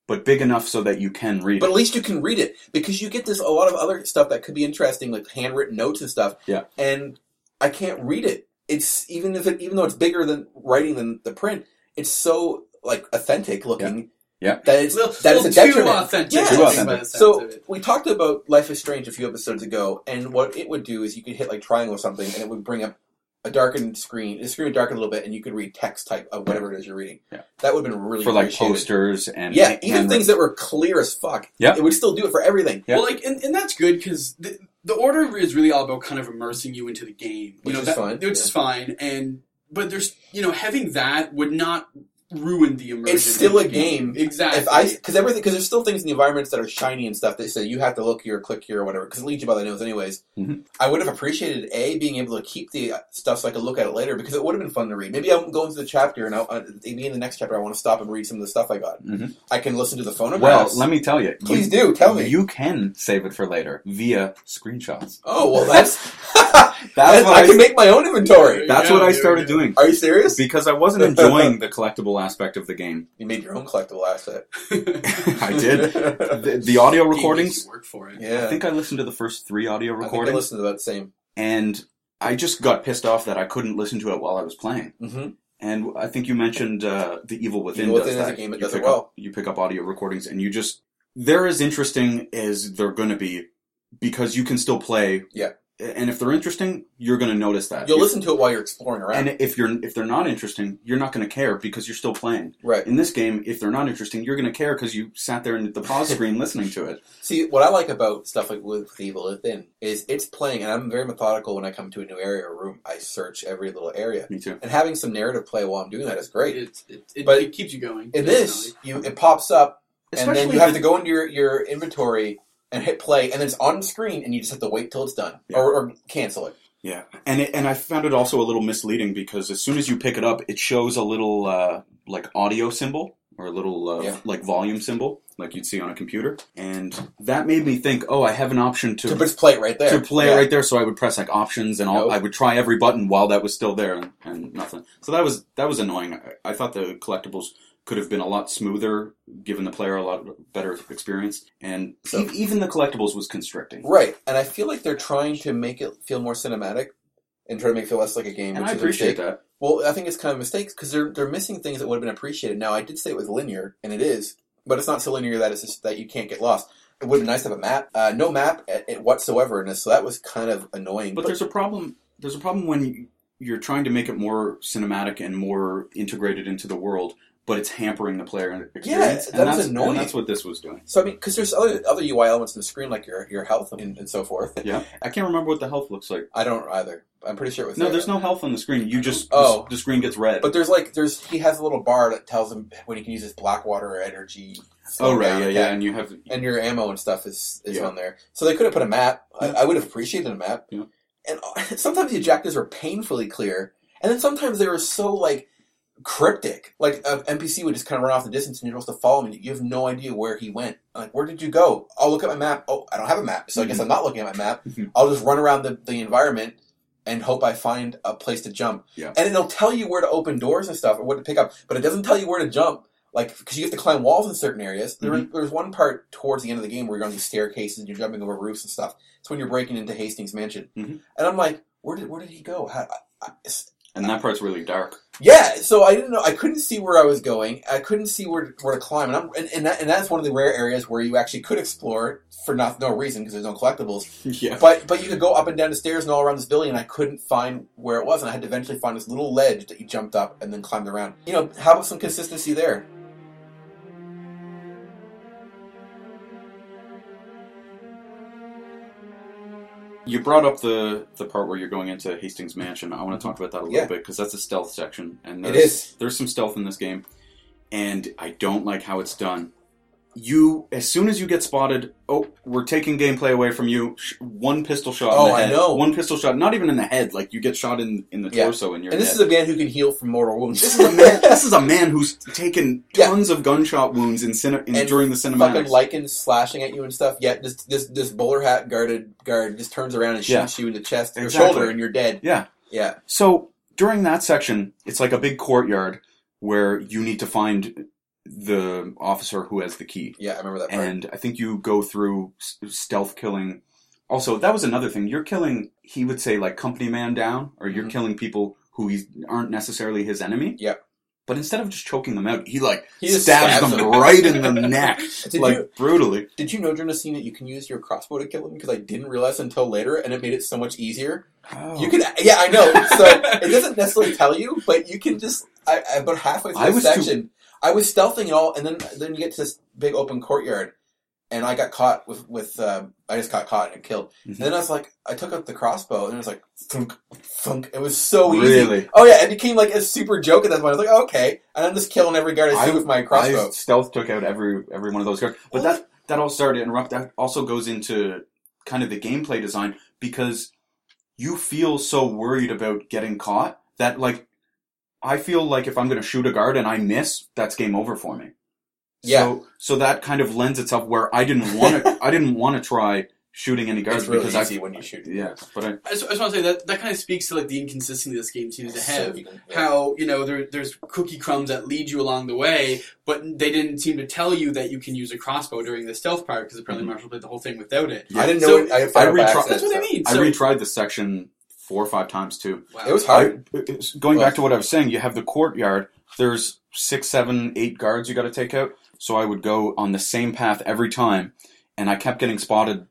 S2: but big enough so that you can read
S1: But
S2: it.
S1: at least you can read it because you get this a lot of other stuff that could be interesting, like handwritten notes and stuff.
S2: Yeah.
S1: And I can't read it. It's even if it, even though it's bigger than writing than the print, it's so like authentic looking.
S2: Yeah.
S1: That it's
S3: Little-
S1: that is
S3: little
S1: a detriment.
S3: Too authentic.
S1: Yeah.
S3: I
S2: Too
S3: think,
S2: authentic.
S3: by the sounds
S1: So
S3: of it.
S1: we talked about Life is Strange a few episodes ago, and what it would do is you could hit like triangle or something, and it would bring up a darkened screen. The screen would darken a little bit, and you could read text type of whatever it is you're reading.
S2: Yeah.
S1: That would have been really
S2: for like
S1: appreciated.
S2: posters and
S1: Yeah, even
S2: handwritten-
S1: things that were clear as fuck.
S2: Yeah.
S1: It would still do it for everything.
S2: Yeah.
S3: Well, like, and, and that's good because the, the order is really all about kind of immersing you into the game, you
S1: Which
S3: know,
S1: is
S3: that-
S1: fine,
S3: which is fine. And but there's, you know, having that would not ruin the immersion.
S1: It's still
S3: of
S1: a
S3: the
S1: game.
S3: exactly.
S1: If I, because everything, because there's still things in the environments that are shiny and stuff that say you have to look here, click here, or whatever, because it leads you by the nose, anyways.
S2: Mhm.
S1: I would have appreciated a being able to keep the uh, stuff so I could look at it later because it would have been fun to read. Maybe I'm going through the chapter and I'll, uh, maybe in the next chapter I want to stop and read some of the stuff I got.
S2: Mhm.
S1: I can listen to the
S2: Well,
S1: phonographs.
S2: let me tell you. you-
S1: please do tell me.
S2: You can save it for later via screenshots.
S1: oh well, that's
S2: That's what
S1: I,
S2: I,
S1: can make my own inventory.
S3: There you
S2: that's
S3: go,
S2: what I
S3: there you
S2: started
S3: go.
S2: doing
S1: Are you serious?
S2: because I wasn't enjoying the collectible aspect of the game.
S1: You made your own collectible asset.
S2: I did. The, the audio
S3: Game makes
S2: recordings.
S3: you work for it.
S1: yeah,
S2: I think I listened to the first three audio
S1: I think I
S2: recordings,
S1: listened to about the same.
S2: and I just got pissed off that I couldn't listen to it while I was playing.
S1: Mm-hmm.
S2: And I think you mentioned uh, the Evil Within.
S1: Evil
S2: does
S1: Within is
S2: that.
S1: a game that
S2: you
S1: does it
S2: pick
S1: well.
S2: Up, you pick up audio recordings, and you just they're as interesting as they're going to be because you can still play.
S1: Yeah.
S2: And if they're interesting, you're going to notice that.
S1: You'll
S2: If-
S1: listen to it while you're exploring around.
S2: And if you're if they're not interesting, you're not going to care because you're still playing.
S1: right.
S2: In this game, if they're not interesting, you're going to care because you sat there in the pause screen listening to it.
S1: See, what I like about stuff like with Evil Within is it's playing, and I'm very methodical when I come to a new area or room. I search every little area,
S2: Me too.
S1: and having some narrative play while I'm doing that is great.
S3: It, it, it,
S1: But
S3: it keeps you going.
S1: In this, you it pops up,
S2: Especially
S1: and then you have
S2: the-
S1: to go into your, your inventory and hit play, and then it's on screen, and you just have to wait till it's done
S2: Yeah.
S1: or, or cancel it.
S2: Yeah, and it, and I found it also a little misleading because as soon as you pick it up, it shows a little uh, like audio symbol or a little uh,
S1: Yeah.
S2: like volume symbol, like you'd see on a computer, and that made me think, oh, I have an option to
S1: To just play it right there.
S2: to play
S1: Yeah.
S2: right there. So I would press like options, and all,
S1: Nope.
S2: I would try every button while that was still there, and, and nothing. So that was that was annoying. I, I thought the collectibles could have been a lot smoother, given the player a lot better experience, and
S1: So-
S2: e- even the collectibles was constricting.
S1: Right, and I feel like they're trying to make it feel more cinematic and try to make it feel less like a game.
S2: And
S1: which
S2: I
S1: is a mistake.
S2: appreciate that.
S1: Well, I think it's kind of mistakes because they're they're missing things that would have been appreciated. Now, I did say it was linear, and it is, but it's not so linear that it's just that you can't get lost. It would have been nice to have a map. Uh, no map a- a- whatsoever in this, so that was kind of annoying.
S2: But there's a problem. There's a problem when you're trying to make it more cinematic and more integrated into the world, but it's hampering the player experience.
S1: that
S2: and
S1: was
S2: that's,
S1: annoying.
S2: And that's what this was doing.
S1: so I mean, because there's other other UI elements in the screen like your your health and, and so forth.
S2: Yeah, I can't remember what the health looks like.
S1: I don't either. I'm pretty sure it was
S2: No,
S1: there.
S2: there's no health on the screen. You just
S1: Oh.
S2: the screen gets red.
S1: But there's like there's he has a little bar that tells him when he can use his black water or energy.
S2: oh right,
S1: down,
S2: yeah, yeah, and you have
S1: and your ammo and stuff is, is
S2: Yeah.
S1: on there. So they could have put a map. I,
S2: Yeah.
S1: I would have appreciated a map.
S2: Yeah.
S1: And sometimes the objectives were painfully clear, and then sometimes they were so like cryptic. Like a NPC would just kind of run off the distance, and you're supposed to follow him. And you have no idea where he went. Like, where did you go? I'll look at my map. Oh, I don't have a map, so I guess I'm not looking at my map.
S2: Mhm.
S1: I'll just run around the, the environment. And hope I find a place to jump.
S2: Yeah.
S1: And it'll tell you where to open doors and stuff, or what to pick up, but it doesn't tell you where to jump like because you have to climb walls in certain areas. There,
S2: Mhm.
S1: There's one part towards the end of the game where you're on these staircases and you're jumping over roofs and stuff. It's when you're breaking into Hastings Mansion,
S2: Mhm.
S1: and I'm like, where did where did he go? How, I, I, it's-
S2: and that part's really dark.
S1: Yeah, so I didn't know. I couldn't see where I was going. I couldn't see where where to climb, and I'm, and, and, that, and that's one of the rare areas where you actually could explore for not, no reason because there's no collectibles.
S2: yeah,
S1: But but you could go up and down the stairs and all around this building, and I couldn't find where it was, and I had to eventually find this little ledge that you jumped up and then climbed around. You know, how about some consistency there?
S2: you brought up the the part where you're going into Hastings Mansion. I want to talk about that a little
S1: Mm-hmm. Yeah.
S2: bit because that's a stealth section, and
S1: It
S2: there's,
S1: is.
S2: there's some stealth in this game, and I don't like how it's done. You as soon as you get spotted, oh, we're taking gameplay away from you. Sh- One pistol shot.
S1: Oh,
S2: in the
S1: I
S2: head.
S1: know.
S2: One pistol shot, not even in the head. Like you get shot in in the
S1: Yeah.
S2: torso, and you're
S1: And this is
S2: dead.
S1: a man who can heal from mortal wounds.
S2: This is a man. this is a man who's taken
S1: Yeah.
S2: tons of gunshot wounds in, cine- in
S1: And
S2: during the
S1: fucking
S2: cinematics.
S1: lichens slashing at you and stuff. Yet this this this bowler hat guarded guard just turns around and
S2: Yeah.
S1: shoots you in the chest or
S2: Exactly.
S1: shoulder, and you're dead.
S2: yeah.
S1: Yeah,
S2: So during that section, it's like a big courtyard where you need to find the officer who has the key,
S1: yeah, I remember that part.
S2: and I think you go through s- stealth killing. Also, that was another thing. You're killing. He would say like company man down, or you're
S1: Mhm.
S2: killing people who he aren't necessarily his enemy.
S1: Yep.
S2: But instead of just choking them out, he like
S1: He just
S2: stabs,
S1: stabs
S2: them
S1: them.
S2: right in the neck,
S1: Did
S2: like
S1: you
S2: brutally.
S1: did you know during the scene that you can use your crossbow to kill him? Because I didn't realize until later, and it made it so much easier.
S2: Oh.
S1: You can, yeah, I know. So it doesn't necessarily tell you, but you can just. I, I about halfway
S2: I
S1: through the
S2: was too-
S1: section, I was stealthing and all, and then then you get to this big open courtyard, and I got caught with with. Um, I just got caught and killed. And
S2: Mhm.
S1: then I was like, I took out the crossbow, and it was like thunk thunk. It was so easy.
S2: really.
S1: Oh yeah, it became like a super joke at that point. I was like, okay, and I'm just killing every guard I see
S2: I-
S1: with my
S2: I
S1: crossbow.
S2: stealth took out every every one of those guards. But
S3: Oh.
S2: that that all started to interrupt. That also goes into kind of the gameplay design because you feel so worried about getting caught that like I feel like if I'm going to shoot a guard and I miss, that's game over for me.
S1: Yeah.
S2: So, so that kind of lends itself where I didn't want to. I didn't want to try shooting any guards
S1: it's really
S2: because
S1: easy
S2: I.
S1: when you shoot.
S2: Yeah, but I,
S3: I just, I just want to say that that kind of speaks to like the inconsistency this game seems to
S1: It's so
S3: have.
S1: easy.
S3: How you know there, there's cookie crumbs that lead you along the way, but they didn't seem to tell you that you can use a crossbow during the stealth part because apparently
S1: Mm-hmm.
S2: Mhm.
S3: Marshall played the whole thing without it.
S1: I didn't
S3: So-
S1: know. it- I,
S2: I
S1: found out by
S2: retried-
S1: accident,
S3: That's what I
S1: so-
S3: mean.
S2: I
S3: So,
S2: retried the section four or five times too.
S3: wow.
S1: It was
S2: I,
S1: hard.
S2: it's- going back to what I was saying, you have the courtyard. There's six, seven, eight guards you got to take out. So I would go on the same path every time, and I kept getting spotted.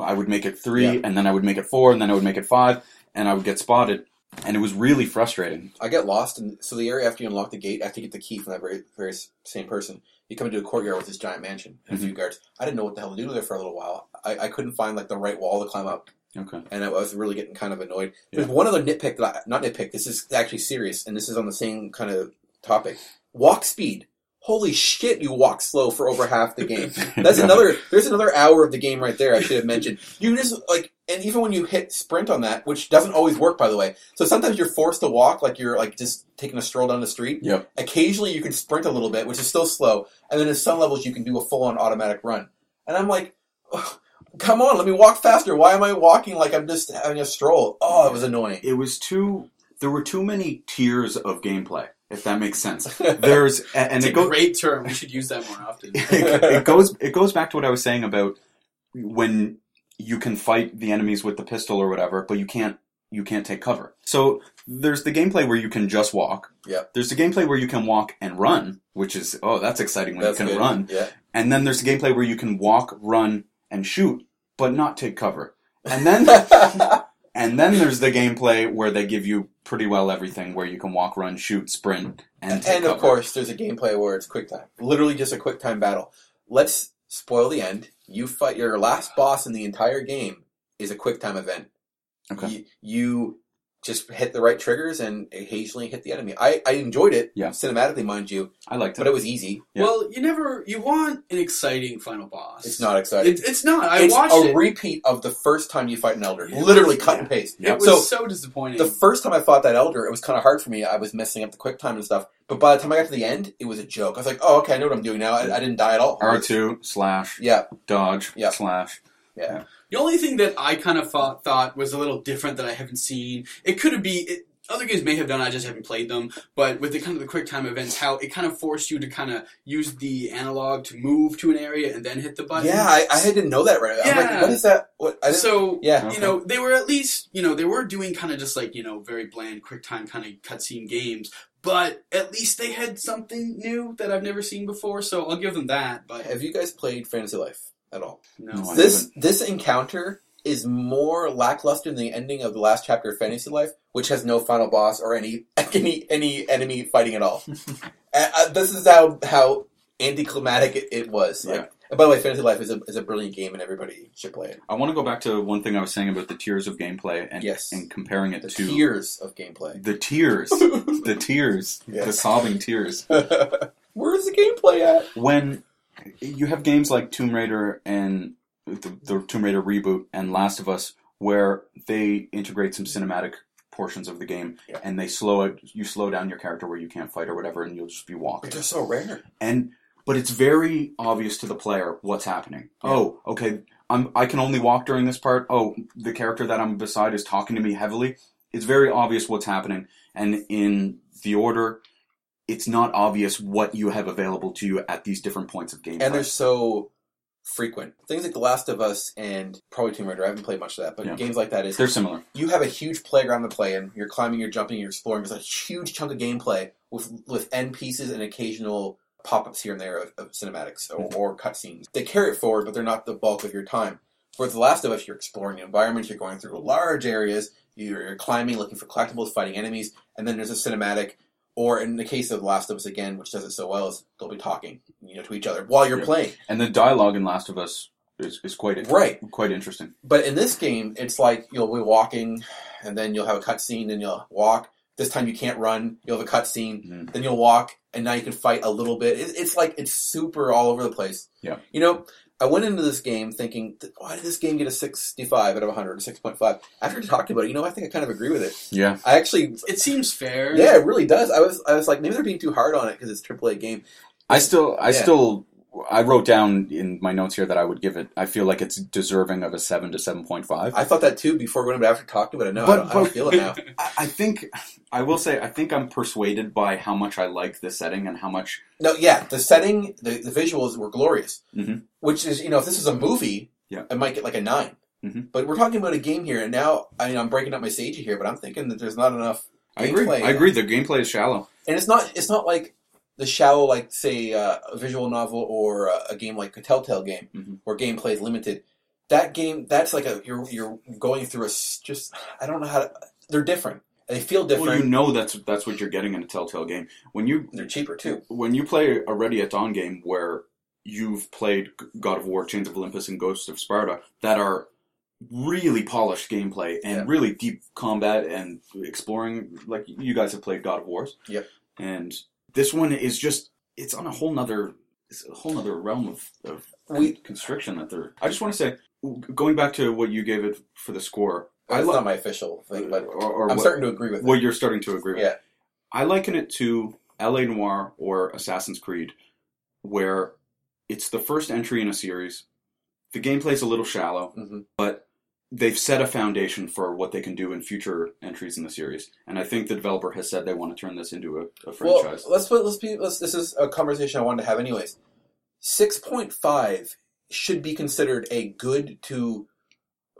S2: I would make it three,
S1: Yeah.
S2: and then I would make it four, and then I would make it five, and I would get spotted, and it was really frustrating.
S1: I get lost, and so the area after you unlock the gate, after you get the key from that very, very s- same person, you come into a courtyard with this giant mansion and
S3: Mhm.
S1: a few guards. I didn't know what the hell to do there for a little while. I, I couldn't find like the right wall to climb up,
S2: Okay.
S1: and I was really getting kind of annoyed. There's one other nitpick that I, not nitpick. This is actually serious, and this is on the same kind of topic. Walk speed. Holy shit, you walk slow for over half the game. That's another. There's another hour of the game right there. I should have mentioned. You just like, and even when you hit sprint on that, which doesn't always work, by the way. So sometimes you're forced to walk, like you're like just taking a stroll down the street.
S2: Yep.
S1: Occasionally you can sprint a little bit, which is still slow, and then in some levels you can do a full on automatic run. And I'm like, "Ugh, come on, let me walk faster. Why am I walking like I'm just having a stroll? Oh, it was annoying.
S2: It was too. There were too many tiers of gameplay, if that makes sense. There's a- and
S3: It's
S2: it
S3: a
S2: goes
S3: great term. We should use that more often.
S2: it, it goes it goes back to what I was saying about when you can fight the enemies with the pistol or whatever, but you can't you can't take cover. So there's the gameplay where you can just walk.
S1: Yep.
S2: There's the gameplay where you can walk and run, which is oh that's exciting when
S1: That's
S2: you can
S1: good.
S2: run.
S1: Yeah.
S2: And then there's the gameplay where you can walk, run, and shoot, but not take cover. And then and then there's the gameplay where they give you pretty well everything where you can walk, run, shoot, sprint, and
S1: and,
S2: take
S1: of
S2: cover.
S1: course, there's a gameplay where it's quick time. Literally just a quick time battle. Let's spoil the end. You fight your last boss in the entire game is a quick time event.
S2: Okay.
S1: You, you just hit the right triggers and occasionally hit the enemy. I, I enjoyed it,
S2: Yeah.
S1: cinematically, mind you,
S2: I liked
S1: but
S2: it.
S1: it was easy.
S2: Yeah.
S3: Well, you never you want an exciting final boss.
S1: It's not exciting.
S3: It, it's not. I
S1: it's
S3: watched
S1: a
S3: it.
S1: repeat of the first time you fight an elder.
S3: Yeah.
S1: Literally cut and paste.
S2: Yeah.
S3: It was
S1: So-
S3: so, disappointing.
S1: The first time I fought that elder, it was kind of hard for me. I was messing up the quick time and stuff. But by the time I got to the end, it was a joke. I was like, "Oh, okay, I know what I'm doing now. I, I didn't die at all."
S2: R two slash
S1: Yeah,
S2: dodge
S1: Yeah.
S2: slash.
S1: Yeah.
S3: the only thing that I kind of thought, thought was a little different that I haven't seen. It could have be. It, other games may have done. I just haven't played them. But with the kind of the quick time events, how it kind of forced you to kind of use the analog to move to an area and then hit the button.
S1: Yeah, I, I didn't know that right. I'm like,
S3: Yeah.
S1: what is that? What? I didn't,
S3: so
S1: yeah,
S2: Okay.
S3: you know, they were at least, you know, they were doing kind of just like, you know, very bland quick time kind of cutscene games, but at least they had something new that I've never seen before, so I'll give them that, but
S1: have you guys played Fantasy Life at all?
S2: No,
S3: no.
S2: I
S1: this this encounter is more lackluster than the ending of the last chapter of Fantasy Life, which has no final boss or any any any enemy fighting at all. uh, uh, this is how how anticlimactic it, it was. Like, and by the way, Fantasy Life is a is a brilliant game, and everybody should play it.
S2: I want to go back to one thing I was saying about the tiers of gameplay and
S1: Yes.
S2: and comparing it
S1: The
S2: to
S1: tiers of gameplay.
S2: the tears, the tears,
S1: Yeah.
S2: the sobbing tears.
S1: Where's the gameplay at?
S2: When you have games like Tomb Raider and the, the Tomb Raider reboot and Last of Us, where they integrate some cinematic portions of the game
S1: Yeah.
S2: and they slow it, you slow down your character where you can't fight or whatever, and you'll just be walking.
S1: But they're so rare.
S2: and but it's very obvious to the player what's happening.
S1: Yeah.
S2: Oh, okay, I'm I can only walk during this part. Oh, the character that I'm beside is talking to me heavily. It's very obvious what's happening, and in the order, it's not obvious what you have available to you at these different points of gameplay.
S1: and they're so frequent. Things like The Last of Us and probably Tomb Raider. I haven't played much of that, but
S2: Yeah.
S1: games like that is
S2: They're similar.
S1: you have a huge playground to play in. You're climbing, you're jumping, you're exploring. There's a huge chunk of gameplay with with end pieces and occasional pop ups here and there of, of cinematics or, or cutscenes. They carry it forward, but they're not the bulk of your time. For The Last of Us, you're exploring the environment, you're going through large areas, you're, you're climbing, looking for collectibles, fighting enemies, and then there's a cinematic. Or in the case of The Last of Us again, which does it so well, is they'll be talking, you know, to each other while you're
S2: Yeah.
S1: playing.
S2: And the dialogue in Last of Us is, is quite
S1: Right.
S2: quite interesting.
S1: But in this game, it's like you'll be walking, and then you'll have a cutscene, and you'll walk. This time you can't run. You'll have a cutscene,
S2: Mhm.
S1: then you'll walk, and now you can fight a little bit. It, it's like it's super all over the place.
S2: Yeah.
S1: You know, I went into this game thinking, "Th- why did this game get a 65 out of 100, 6.5? After talking about it, you know, I think I kind of agree with it.
S2: Yeah,
S1: I actually,
S3: It seems fair.
S1: yeah, it really does. I was, I was like, maybe they're being too hard on it because it's a AAA game.
S2: I still I
S1: Yeah.
S2: still. I wrote down in my notes here that I would give it. I feel like it's deserving of a seven to seven point five.
S1: I thought that too before we went, but after talking about it, no, I,
S2: But-
S1: don't, I don't
S2: but-
S1: feel it now.
S2: I I think I will say I think I'm persuaded by how much I like the setting and how much
S1: No, yeah, the setting, the, the visuals were glorious.
S2: Mhm.
S1: Which is, you know, if this was a movie,
S2: Yeah.
S1: I might get like a 9
S2: Mhm.
S1: But we're talking about a game here, and now I mean, I'm breaking up my sage here, but I'm thinking that there's not enough,
S2: I agree.
S1: Gameplay.
S2: I agree. The gameplay is shallow.
S1: and it's not it's not like the shallow, like say uh, a visual novel or uh, a game like a Telltale game,
S2: Mhm.
S1: where gameplay is limited. That game, that's like a you're you're going through a s- just I don't know how to. They're different. They feel different.
S2: Well, you know that's that's what you're getting in a Telltale game when you
S1: they're cheaper too.
S2: when you play a Ready at Dawn game where you've played God of War, Chains of Olympus, and Ghosts of Sparta that are really polished gameplay and
S1: Yeah.
S2: really deep combat and exploring. Like you guys have played God of Wars,
S1: Yep.
S2: And this one is just it's on a whole nother it's a whole nother realm of, of
S1: We-
S2: constriction that they're. I just want to say, going back to what you gave it for the score, I
S1: That's
S2: love.
S1: not my official thing, but
S2: or, or
S1: I'm
S2: what-
S1: starting to agree with.
S2: well,
S1: it.
S2: you're starting to agree with.
S1: Yeah.
S2: I liken it to LA Noir or Assassin's Creed, where it's the first entry in a series. The gameplay's a little shallow,
S1: Mhm.
S2: but they've set a foundation for what they can do in future entries in the series. And I think the developer has said they want to turn this into a, a franchise.
S1: Well, let's put let's be let's, this is a conversation I wanted to have anyways. Six point five should be considered a good to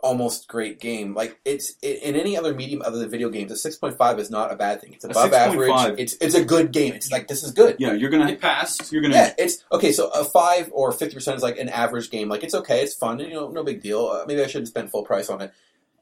S1: almost great game. Like it's i- in any other medium other than video games, a six point five is not a bad thing. It's
S2: A
S1: above
S2: 6.5.
S1: average. It's it's a good game. It's like this is good.
S2: yeah, you're gonna
S3: It passed.
S2: you're gonna
S1: Yeah, it's okay. So a five or fifty percent is like an average game. Like it's okay, it's fun, and you know, no big deal. Uh, maybe I shouldn't spend full price on it.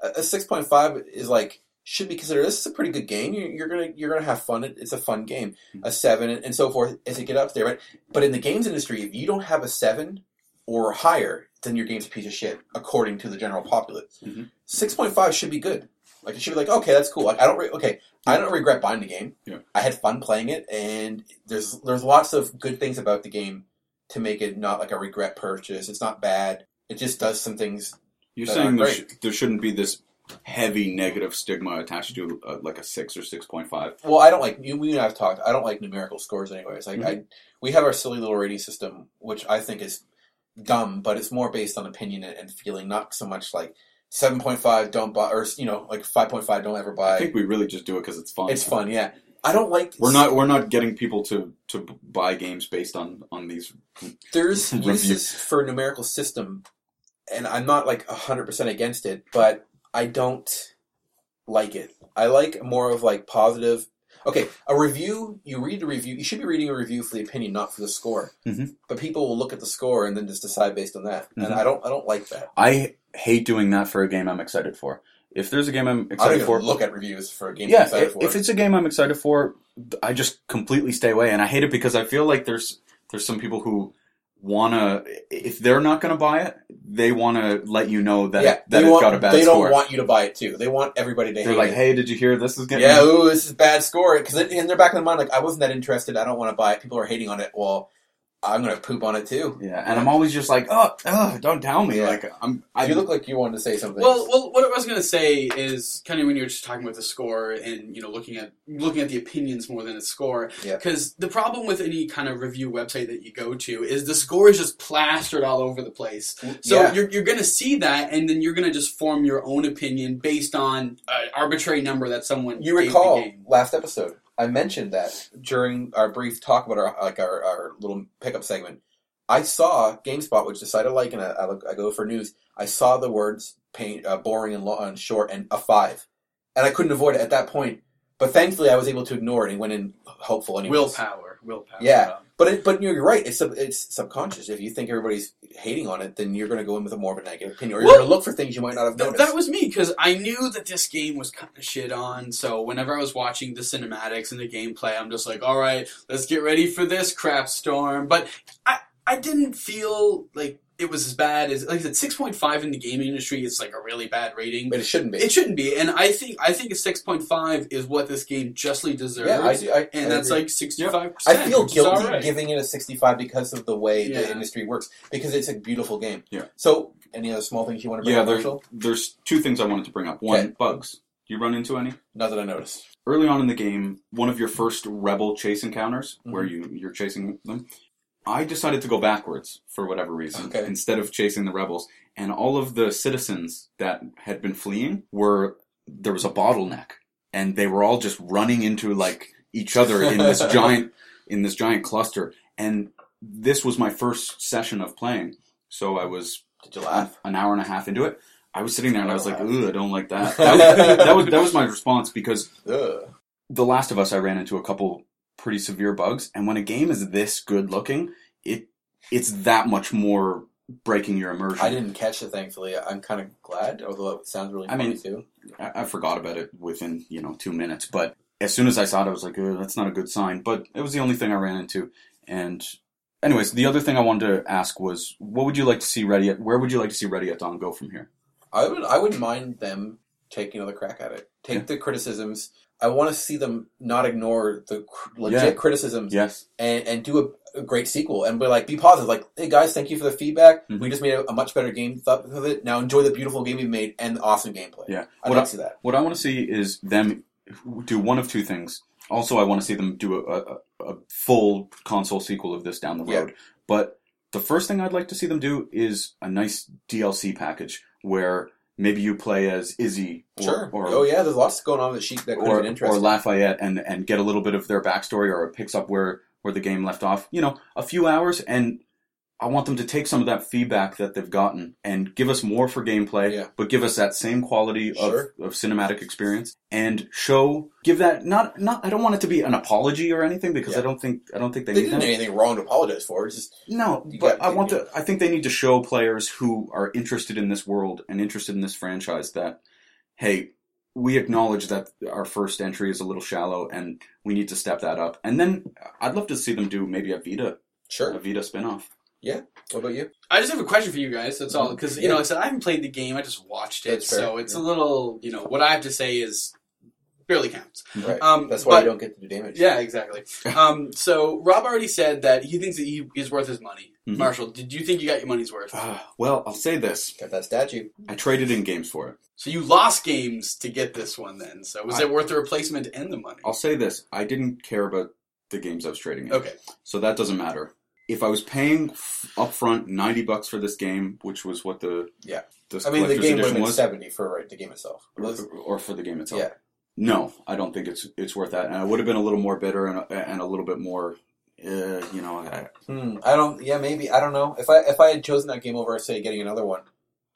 S1: A, a six point five is like should be considered. This is a pretty good game. You're, you're gonna you're gonna have fun. It, it's a fun game.
S2: Hmm.
S1: A seven and, and so forth as you get up there. But but in the games industry, if you don't have a seven or higher, then your game's a piece of shit, according to the general populace.
S2: Mhm.
S1: point five should be good. Like it should be like okay, that's cool. Like I don't re- okay, I don't regret buying the game.
S2: Yeah.
S1: I had fun playing it, and there's there's lots of good things about the game to make it not like a regret purchase. It's not bad. It just does some things.
S2: you're
S1: They're
S2: saying
S1: not
S2: there, sh- there shouldn't be this heavy negative stigma attached to uh, like a six or six point five.
S1: Well, I don't like you. We and I've talked. I don't like numerical scores, anyways. Like I,
S2: Mhm.
S1: we have our silly little rating system, which I think is dumb, but it's more based on opinion and, and feeling, not so much like Seven point five, don't buy, or you know, like five point five, don't ever
S2: I
S1: buy.
S2: think we really just do it because it's fun.
S1: It's fun, yeah. I don't like.
S2: We're not we're not getting people to to buy games based on on these.
S1: There's
S2: Review.
S1: uses for numerical system, and I'm not like hundred percent against it, but I don't like it. I like more of like positive. Okay, a review. You read the review. You should be reading a review for the opinion, not for the score.
S2: Mhm.
S1: But people will look at the score and then just decide based on that, and
S2: Mhm.
S1: I don't. I don't like that.
S2: I hate doing that for a game I'm excited for. If there's a game I'm
S1: I don't
S2: excited
S1: even
S2: for,
S1: look at reviews for a game.
S2: yeah,
S1: I'm excited
S2: if,
S1: for.
S2: if it's a game I'm excited for, I just completely stay away, and I hate it because I feel like there's there's some people who wanna if they're not gonna buy it, they wanna let you know that
S1: yeah,
S2: it, that
S1: they
S2: it's
S1: want,
S2: got a bad
S1: They
S2: score.
S1: don't want you to buy it too. They want everybody to.
S2: they're
S1: hate
S2: like,
S1: it.
S2: hey, did you hear this is getting?
S1: yeah, ooh, this is bad score. Because in their back of their mind, like, I wasn't that interested. I don't want to buy it. People are hating on it. Well, I'm gonna poop on it too.
S2: Yeah, and I'm always just like, oh, ugh, don't tell me.
S1: Yeah.
S2: Like, I'm. I,
S1: you look like you wanted to say something.
S3: Well, well, what I was gonna say is kind of when you were just talking about the score and you know looking at looking at the opinions more than a score.
S1: Yeah.
S3: Because the problem with any kind of review website that you go to is the score is just plastered all over the place. So
S1: yeah,
S3: you're you're gonna see that, and then you're gonna just form your own opinion based on an arbitrary number that someone
S1: you
S3: gave The
S1: recall
S3: game.
S1: last episode I mentioned that during our brief talk about our like our, our little pickup segment. I saw GameSpot, which decided like, and I, I, look, I go for news. I saw the words "paint," uh, "boring," and, lo- and "short," and a five, and I couldn't avoid it at that point. But thankfully, I was able to ignore it and went in hopeful anyway.
S3: Willpower, willpower.
S1: Yeah. But it, but you're right. It's sub, it's subconscious. If you think everybody's hating on it, then you're going to go in with a more of a negative opinion, or you're
S3: Well,
S1: going to look for things you might not have
S3: Th-
S1: noticed.
S3: that was me because I knew that this game was kind of shit on. So whenever I was watching the cinematics and the gameplay, I'm just like, all right, let's get ready for this crap storm. But I I didn't feel like it was as bad as like I said, six point five in the gaming industry is like a really bad rating.
S1: but it shouldn't be.
S3: It shouldn't be, and I think I think a six point five is what this game justly deserves.
S1: yeah, I do. I, I
S3: and that's
S1: agree.
S3: like sixty five
S1: I
S3: percent.
S1: feel guilty
S3: All right.
S1: giving it a 65 because of the way
S3: Yeah.
S1: the industry works because it's a beautiful game.
S2: Yeah.
S1: So, any other small things you want to bring
S2: yeah,
S1: up,
S2: there's
S1: Marshall?
S2: there's two things I wanted to bring up. One,
S1: Okay.
S2: bugs. Do you run into any?
S1: Not that I noticed.
S2: early on in the game, one of your first rebel chase encounters,
S1: Mhm.
S2: where you you're chasing them, I decided to go backwards for whatever reason
S1: Okay.
S2: instead of chasing the rebels, and all of the citizens that had been fleeing were there was a bottleneck, and they were all just running into like each other in this giant in this giant cluster, and this was my first session of playing, so I was
S1: Did you laugh?
S2: an hour and a half into it. I was sitting there and I was like, "Ooh, I don't like that." That was, that was that was my response because
S3: Mm.
S1: Ugh.
S2: the Last of Us, I ran into a couple pretty severe bugs, and when a game is this good looking, it it's that much more breaking your immersion.
S1: I didn't catch it, thankfully. I'm kind of glad, although it sounds really
S2: I
S1: funny
S2: mean-
S1: too.
S2: I, I forgot about it within you know two minutes, but as soon as I saw it, I was like, "Ugh, that's not a good sign. But it was the only thing I ran into, and. Anyways, the other thing I wanted to ask was, what would you like to see Ready at? Where would you like to see Ready at Dawn go from here?
S1: I would I wouldn't mind them taking another crack at it. Take
S2: Yeah.
S1: the criticisms. I want to see them not ignore the cr- legit
S2: Yeah.
S1: criticisms
S2: Yes,
S1: and and do a, a great sequel and be like be positive. Like, hey guys, thank you for the feedback.
S2: Mhm.
S1: We just made a, a much better game th- of it. Now enjoy the beautiful game we made and the awesome gameplay.
S2: yeah.
S1: I'd
S2: What
S1: like
S2: I,
S1: to see that.
S2: what I want to see is them do one of two things. Also, I want to see them do a, a, a full console sequel of this down the
S1: Yeah.
S2: road. But the first thing I'd like to see them do is a nice DLC package where maybe you play as Izzy or,
S1: sure.
S2: or,
S1: oh yeah, there's lots going on that she that could have
S2: or,
S1: been
S2: or
S1: interesting.
S2: Lafayette and, and get a little bit of their backstory or it picks up where, where the game left off. You know, a few hours and I want them to take some of that feedback that they've gotten and give us more for gameplay,
S1: Yeah.
S2: but give us that same quality
S1: Sure.
S2: of, of cinematic experience and show give that not not I don't want it to be an apology or anything because
S1: Yeah.
S2: I don't think I don't think they,
S1: they
S2: need
S1: didn't
S2: that.
S1: do anything wrong to apologize for. It's just
S2: No,
S1: You
S2: but
S1: got-
S2: I want the. I think they need to show players who are interested in this world and interested in this franchise that, hey, we acknowledge that our first entry is a little shallow and we need to step that up. And then I'd love to see them do maybe a Vita, a
S1: sure.
S2: Vita spinoff.
S1: What about you?
S3: I just have a question for you guys. That's all, because you
S1: Mm-hmm. Yeah.
S3: know, I said I haven't played the game. I just watched it,
S1: That's fair,
S3: so it's
S1: yeah.
S3: a little, you know, what I have to say is barely counts.
S2: Mm-hmm.
S1: Right.
S3: Um,
S1: That's why
S3: but-
S1: you don't get to do damage.
S3: Yeah, exactly. um, so Rob already said that he thinks that he is worth his money.
S1: Mm-hmm.
S2: Mhm.
S3: Marshall, did you think you got your money's worth?
S2: Ah, well, I'll say this:
S1: Got that statue.
S2: I traded in games for it.
S3: So you lost games to get this one, then. So was
S2: I-
S3: it worth the replacement
S1: Oh,
S3: and the money?
S2: I'll say this: I didn't care about the games I was trading in,
S3: Okay.
S2: so that doesn't matter. if I was paying f- upfront ninety bucks for this game, which was what the
S1: Yeah.
S2: this
S1: I mean, the
S2: collector's
S1: game would have
S2: edition
S1: been
S2: was,
S1: seventy for right, the game itself. It was-
S2: or, or for the game itself.
S1: Yeah.
S2: No, I don't think it's it's worth that, and I would have been a little more bitter and a, and a little bit more, uh, you know, I,
S1: Hmm, I don't. Yeah, maybe I don't know. If I if I had chosen that game over, say, getting another one,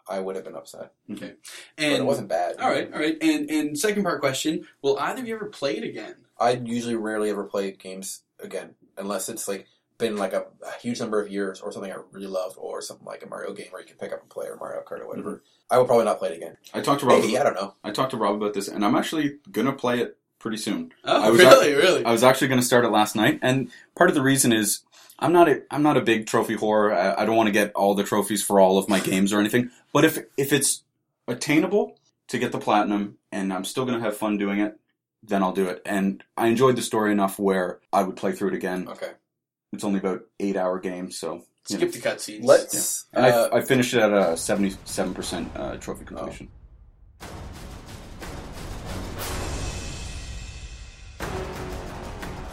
S1: I would have been upset.
S3: And
S1: but it wasn't bad.
S3: all right, all right. And and second part question: Will either of you ever play it again?
S1: I usually rarely ever play games again unless it's like been like a, a huge number of years or something I really loved or something like a Mario game where you can pick up and play or Mario Kart or whatever. I would probably not play it again.
S2: I talked to Rob.
S1: Maybe I don't know.
S2: I talked to Rob about this, and I'm actually gonna play it pretty soon.
S3: Oh,
S2: I was
S3: really, really.
S2: I was actually going to start it last night, and part of the reason is I'm not a I'm not a big trophy whore. I, I don't want to get all the trophies for all of my games or anything. But if if it's attainable to get the platinum, and I'm still going to have fun doing it, then I'll do it. And I enjoyed the story enough where I would play through it again.
S1: Okay,
S2: It's only about eight hour game, so you know.
S3: Skip the cutscenes.
S1: let's.
S2: And
S1: uh,
S2: I, I finished it at a seventy seven percent uh, trophy completion.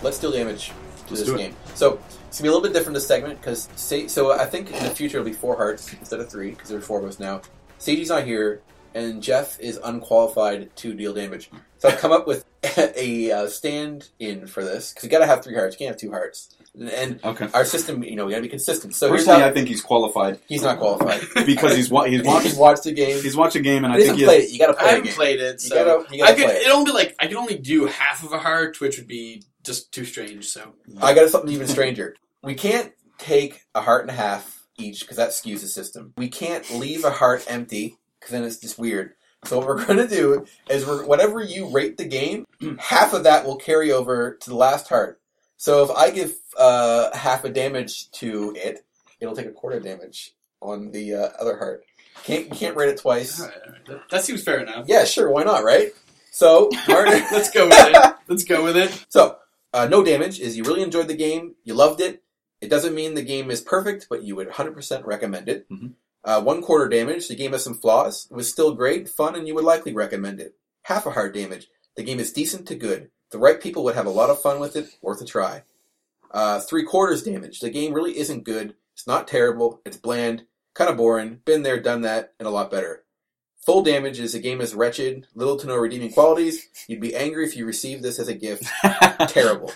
S1: let's deal damage to
S2: Let's
S1: this
S2: do it.
S1: game. So it's gonna be a little bit different this segment because say so I think in the future it'll be four hearts instead of three because there are four of us now. Seiji's not here, and Jeff is unqualified to deal damage. So I've come up with a uh, stand-in for this because you gotta have three hearts. You can't have two hearts. And- And
S2: Okay.
S1: our system, you know, we gotta be consistent. So here's
S2: Personally,
S1: how,
S2: I think he's qualified
S1: he's not qualified.
S2: because he's wa- he's
S1: He's
S2: watched
S1: watched the game.
S2: he's watched a game, and
S1: I
S2: I think
S1: didn't
S2: he
S1: play
S2: has,
S1: it. You gotta
S3: I
S1: play it.
S3: haven't
S1: again.
S3: played it,
S1: You
S3: so
S1: gotta, you
S3: I
S1: gotta
S3: could.
S1: play it.
S3: It only like I could only do half of a heart, which would be just too strange. So
S1: I got something even stranger. We can't take a heart and a half each because that skews the system. We can't leave a heart empty because then it's just weird. So what we're going to do is we're, whatever you rate the game, half of that will carry over to the last heart. So if I give uh, half a damage to it, it'll take a quarter damage on the uh, other heart. Can't you can't rate it twice.
S3: all right, all right. That, that seems fair enough.
S1: Yeah, sure, why not, right? So Martin,
S3: Let's go with it. Let's go with it.
S1: so, uh, no damage is you really enjoyed the game, you loved it. It doesn't mean the game is perfect, but you would 100% recommend it.
S2: Mhm.
S1: Uh, one quarter damage, the game has some flaws. It was still great, fun, and you would likely recommend it. Half a heart damage, the game is decent to good. The right people would have a lot of fun with it, worth a try. Uh, three quarters damage, the game really isn't good. It's not terrible, it's bland, kind of boring, been there, done that, and a lot better. Full damage is the game is wretched, little to no redeeming qualities. You'd be angry if you received this as a gift terrible.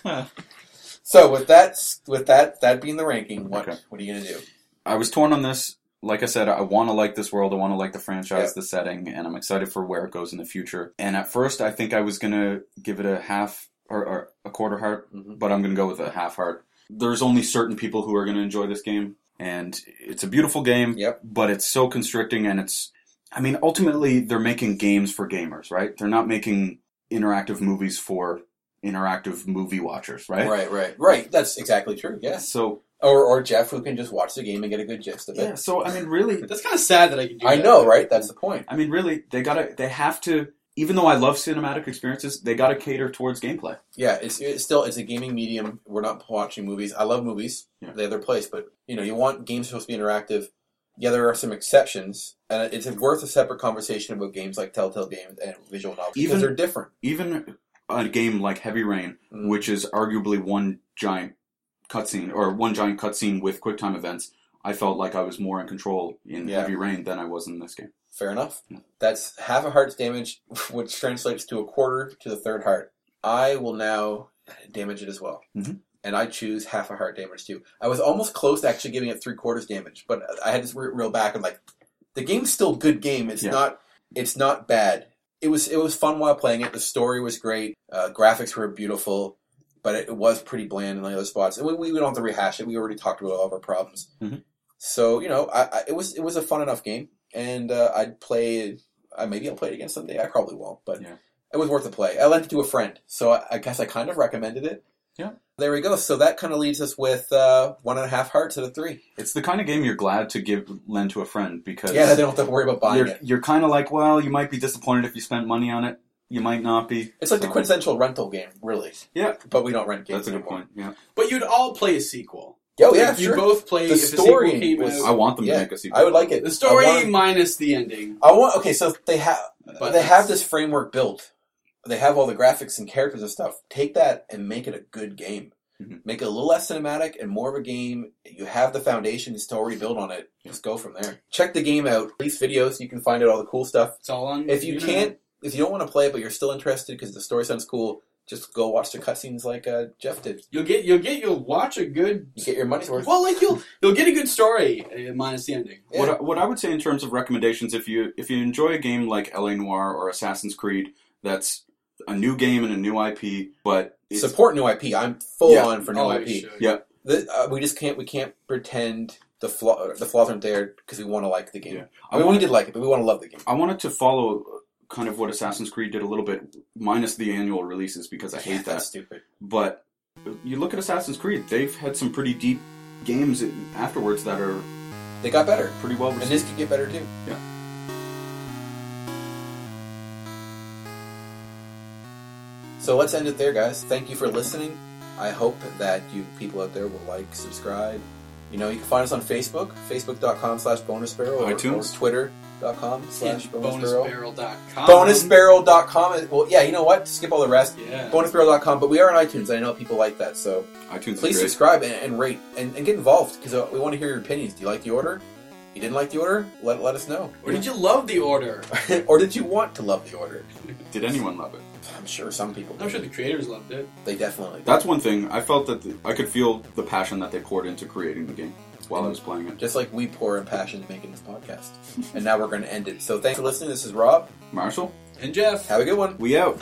S1: So with that, with that, that being the ranking, what
S2: Okay.
S1: what are you gonna do?
S2: I was torn on this. Like I said, I want to like this world. I want to like the franchise, the setting, and I'm excited for where it goes in the future. And at first, I think I was gonna give it a half or, or a quarter heart,
S1: Mhm.
S2: but I'm gonna go with a half heart. There's only certain people who are gonna enjoy this game, and it's a beautiful game.
S1: Yep.
S2: But it's so constricting, and it's. I mean, ultimately, they're making games for gamers, right? They're not making interactive movies for interactive movie watchers, right?
S1: Right, right, right. That's exactly true. Yes.
S2: So,
S1: Or or Jeff, who can just watch the game and get a good gist of it.
S2: yeah. So, I mean, really,
S3: That's kind of sad that I can do.
S1: I
S3: that.
S1: know, right? That's the point.
S2: I mean, really, they gotta, they have to. Even though I love cinematic experiences, they gotta cater towards gameplay.
S1: Yeah, it's, it's still it's a gaming medium. We're not watching movies. I love movies.
S2: Yeah.
S1: They're their place, but you know, you want games supposed to be interactive. Yeah, there are some exceptions, and it's worth a separate conversation about games like Telltale Games and visual novels
S2: Even-
S1: because they're different.
S2: Even a game like Heavy Rain,
S1: Mm.
S2: which is arguably one giant cutscene or one giant cutscene with QuickTime events, I felt like I was more in control in
S1: Yeah.
S2: Heavy Rain than I was in this game.
S1: Fair enough.
S2: Yeah.
S1: That's half a heart's damage, which translates to a quarter to the third heart. I will now damage it as well.
S2: Mhm.
S1: And I choose half a heart damage too. I was almost close to actually giving it three quarters damage, but I had to re- reel back and like, the game's still a good game. It's
S2: Yeah.
S1: not, it's not bad. It was, it was fun while playing it. The story was great. Uh, graphics were beautiful, but it, it was pretty bland in the other spots. And we, we don't have to rehash it. We already talked about all of our problems.
S2: Mhm.
S1: So you know, I, I, it was it was a fun enough game, and uh, I'd play. I maybe I'll play it again someday. I probably won't, but
S2: Yeah.
S1: it was worth a play. I lent it to a friend, so I, I guess I kind of recommended it.
S2: Yeah.
S1: There we go. So that kind of leaves us with uh, one and a half hearts out of three.
S2: It's the kind of game you're glad to give lend to a friend because
S1: Yeah, they don't have to worry about buying
S2: you're,
S1: it.
S2: you're kind of like, well, you might be disappointed if you spent money on it. You might not be.
S1: It's like the
S2: So-
S1: quintessential rental game, really.
S2: Yeah.
S1: But we don't rent games.
S2: That's a good
S1: anymore.
S2: point. Yeah,
S3: But you'd all play a sequel.
S1: Oh yeah,
S3: Like, you
S1: sure.
S3: both play
S1: The
S3: if
S1: story
S3: a sequel came
S1: was-
S2: I
S3: out.
S2: want them
S1: Yeah,
S2: to make a sequel.
S1: I would like it.
S3: The story
S1: I want,
S3: minus the ending.
S1: I want- okay, so they have
S3: But
S1: they have this framework built. They have all the graphics and characters and stuff. Take that and make it a good game.
S2: Mhm.
S1: Make it a little less cinematic and more of a game. You have the foundation, you still rebuild on it. Just go from there. Check the game out. These videos, you can find out all the cool stuff.
S3: It's all on.
S1: If you
S3: know.
S1: can't, if you don't want to play it, but you're still interested because the story sounds cool, just go watch the cutscenes like uh, Jeff did.
S3: you'll get you'll get you'll watch a good.
S1: You get your money's worth.
S3: Well, like you'll you'll get a good story uh, minus the ending.
S1: Yeah.
S2: What, I, what I would say in terms of recommendations, if you if you enjoy a game like LA Noir or Assassin's Creed, that's a new game and a new IP, but it's,
S1: Support new IP. I'm full
S2: Yeah.
S1: on for new
S3: Always
S1: IP.
S3: Oh, should.
S2: Yeah.
S1: The, uh, we just can't. We can't pretend the flaw. The flaws aren't there because we want to like the game.
S2: Yeah.
S1: I
S2: I
S1: mean,
S2: wanted-
S1: we did like it, but we want to love the game.
S2: I wanted to follow kind of what Assassin's Creed did a little bit, minus the annual releases because I hate that.
S1: That's stupid.
S2: But you look at Assassin's Creed; they've had some pretty deep games in- afterwards that are
S1: They got better,
S2: pretty well
S1: and
S2: received.
S1: this could get better too. So let's end it there, guys. Thank you for listening. I hope that you people out there will like, subscribe. You know, you can find us on Facebook, facebook.com slash bonus barrel, or,
S2: iTunes.
S1: or twitter.com slash
S3: And
S1: bonus barrel.
S3: bonusbarrel.com.
S1: bonusbarrel.com. Well, yeah, you know what? Skip all the rest.
S3: Yeah.
S1: Bonusbarrel.com, but we are on iTunes. I know people like that, so
S2: iTunes
S1: please
S2: is great.
S1: subscribe and, and rate and, and get involved because we want to hear your opinions. Do you like the order? You didn't like the order? Let, let us know.
S3: Or did you love the order?
S1: or did you want to love the order?
S2: Did anyone love it?
S1: I'm sure some people
S3: I'm
S1: did.
S3: sure the creators loved it.
S1: They definitely did.
S2: That's one thing. I felt that the, I could feel the passion that they poured into creating the game while I was playing it.
S1: Just like we pour in passion to making this podcast. and now we're going to end it. So thanks for listening. This is Rob.
S2: Marshall,
S3: And Jeff.
S1: Have a good one.
S2: we out.